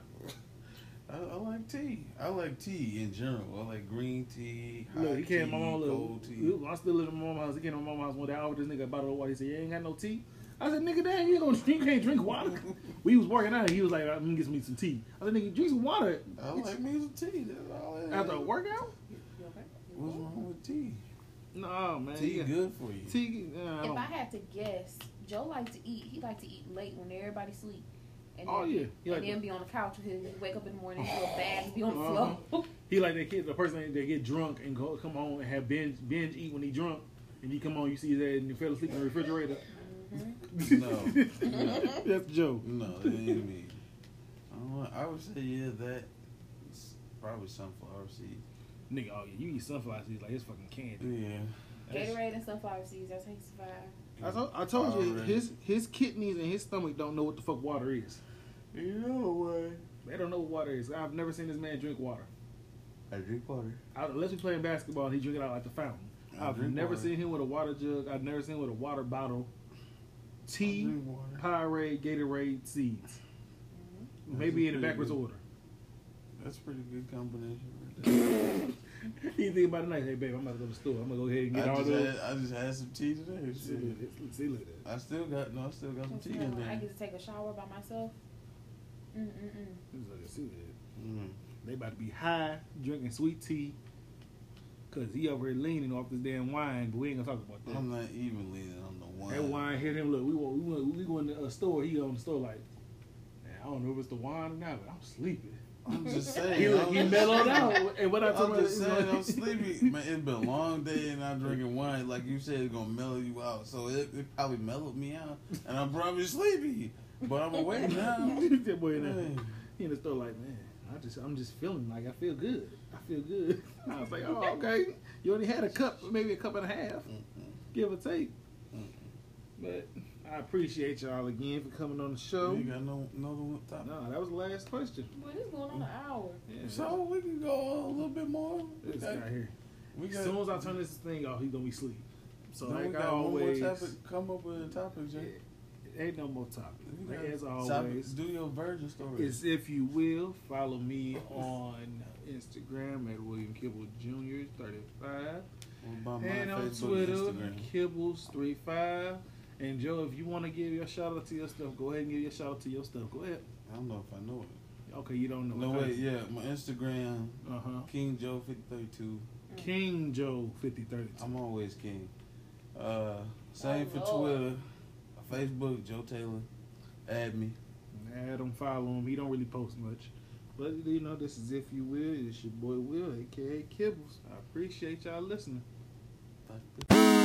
Speaker 2: I, I like tea. I like tea in general. I like green tea, hot
Speaker 1: Look, he
Speaker 2: tea,
Speaker 1: came to my mom.
Speaker 2: cold
Speaker 1: Look,
Speaker 2: tea.
Speaker 1: I still live in my mom's house. He came to my mom's house one day. I offered this nigga a bottle of water. He said, "You ain't got no tea." I said, "Nigga, damn, you don't drink, you can't drink water." we was working out. and He was like, "I'm gonna get me some tea." I said, "Nigga, drink some water
Speaker 2: I like me some tea. That's all I
Speaker 1: after a workout."
Speaker 3: You okay?
Speaker 2: What's wrong with tea?
Speaker 1: No, man.
Speaker 2: tea
Speaker 1: yeah.
Speaker 2: good for you.
Speaker 1: Tea. Nah, I
Speaker 3: If
Speaker 1: don't-
Speaker 3: I had to guess, Joe liked to eat. He liked to eat late when everybody sleep. And
Speaker 1: Oh
Speaker 3: then,
Speaker 1: yeah, he like
Speaker 3: and then be on the couch with him. Wake up in the morning, feel bad, and be on the
Speaker 1: Uh-huh.
Speaker 3: floor.
Speaker 1: he like that kid, the person that get drunk and go come home and have binge binge eat when he drunk, and you come home, you see that and you fell asleep in the refrigerator.
Speaker 3: Mm-hmm.
Speaker 2: No.
Speaker 1: that's Joe.
Speaker 2: No, that ain't me. I, don't know. I would say yeah, that it's probably sunflower seed.
Speaker 1: Nigga, oh yeah, you eat sunflower seeds like it's fucking candy.
Speaker 2: Yeah.
Speaker 3: Gatorade and sunflower seeds. That's how you survive.
Speaker 1: I told, I told you
Speaker 2: Already.
Speaker 1: his his kidneys and his stomach don't know what the fuck water is.
Speaker 2: You know what?
Speaker 1: They don't know what water is. I've never seen this man drink water.
Speaker 2: I drink water.
Speaker 1: I, unless we playing basketball, and he drink it out like the fountain.
Speaker 2: I
Speaker 1: I've
Speaker 2: drink
Speaker 1: never
Speaker 2: water.
Speaker 1: seen him with a water jug. I've never seen him with a water bottle.
Speaker 2: I
Speaker 1: Tea,
Speaker 2: drink water.
Speaker 1: Pirate, Gatorade, seeds. Maybe in the backwards order.
Speaker 2: That's a pretty good combination. right there.
Speaker 1: Anything about the night, hey babe, I'm about to go to the store. I'm gonna go ahead and get
Speaker 2: I,
Speaker 1: all
Speaker 2: just
Speaker 1: those.
Speaker 2: had, I just had some tea today.
Speaker 1: See,
Speaker 2: shit.
Speaker 1: look at this. See, look at that.
Speaker 2: I still got no, I still got some
Speaker 3: Just
Speaker 2: tea
Speaker 3: now,
Speaker 2: in
Speaker 3: I
Speaker 2: there.
Speaker 3: get to take a shower by myself. Mm mm mm.
Speaker 1: This look at- See that.
Speaker 2: Mm.
Speaker 1: They about to be high, drinking sweet tea, cause he over here leaning off this damn wine. But we ain't gonna talk about that.
Speaker 2: I'm not even leaning on the wine.
Speaker 1: That wine hit him. Look, we went, we went, we went to a store. He on the store like, man, I don't know if it's the wine or not, but I'm sleepy.
Speaker 2: I'm just saying.
Speaker 1: He,
Speaker 2: I'm
Speaker 1: he
Speaker 2: just-
Speaker 1: mellowed out. And what I told
Speaker 2: I'm
Speaker 1: him,
Speaker 2: just
Speaker 1: you know,
Speaker 2: saying, I'm sleepy. Man, it's been a long day and I'm drinking wine. Like you said, it's going to mellow you out. So it, it probably mellowed me out. And I'm probably sleepy. But I'm awake now.
Speaker 1: that boy in
Speaker 2: Man,
Speaker 1: there, he in the store like, man, I just, I'm just feeling like I feel good. I feel good. I was like, oh, okay. You only had a cup, maybe a cup and a half, give or take. But I appreciate y'all again for coming on the show.
Speaker 2: You got no, another one top.
Speaker 1: No, that was the last question.
Speaker 3: What is going on an hour?
Speaker 1: Yeah,
Speaker 2: So we can go on a little bit more. We
Speaker 1: this
Speaker 2: got,
Speaker 1: guy here.
Speaker 2: we
Speaker 1: As
Speaker 2: got,
Speaker 1: soon as I turn this thing off, he's gonna be asleep. So
Speaker 2: then we
Speaker 1: like I
Speaker 2: got
Speaker 1: always,
Speaker 2: one more topic. Come up with a topic, Jay.
Speaker 1: Yeah, ain't no more topic.
Speaker 2: You
Speaker 1: Like,
Speaker 2: got
Speaker 1: as
Speaker 2: topic-
Speaker 1: always,
Speaker 2: do your virgin story.
Speaker 1: is if you will follow me on Instagram at William Kibble Jr. 35
Speaker 2: What about my
Speaker 1: and on
Speaker 2: Facebook
Speaker 1: Twitter
Speaker 2: Instagram?
Speaker 1: Kibbles35. And Joe, if you want to give your shout out to your stuff, go ahead and give your shout out to your stuff. Go ahead.
Speaker 2: I don't know if I know it.
Speaker 1: Okay, you don't know.
Speaker 2: No wait, yeah, my Instagram
Speaker 1: Uh huh.
Speaker 2: King Joe fifty thirty two.
Speaker 1: King Joe fifty thirty two.
Speaker 2: I'm always King. Uh, same
Speaker 3: Oh,
Speaker 2: for Twitter,
Speaker 3: Lord.
Speaker 2: Facebook Joe Taylor. Add me.
Speaker 1: Add him, follow him. He don't really post much. But you know, this is if you will. It's your boy Will, aka Kibbles. I appreciate y'all listening.
Speaker 2: Bye.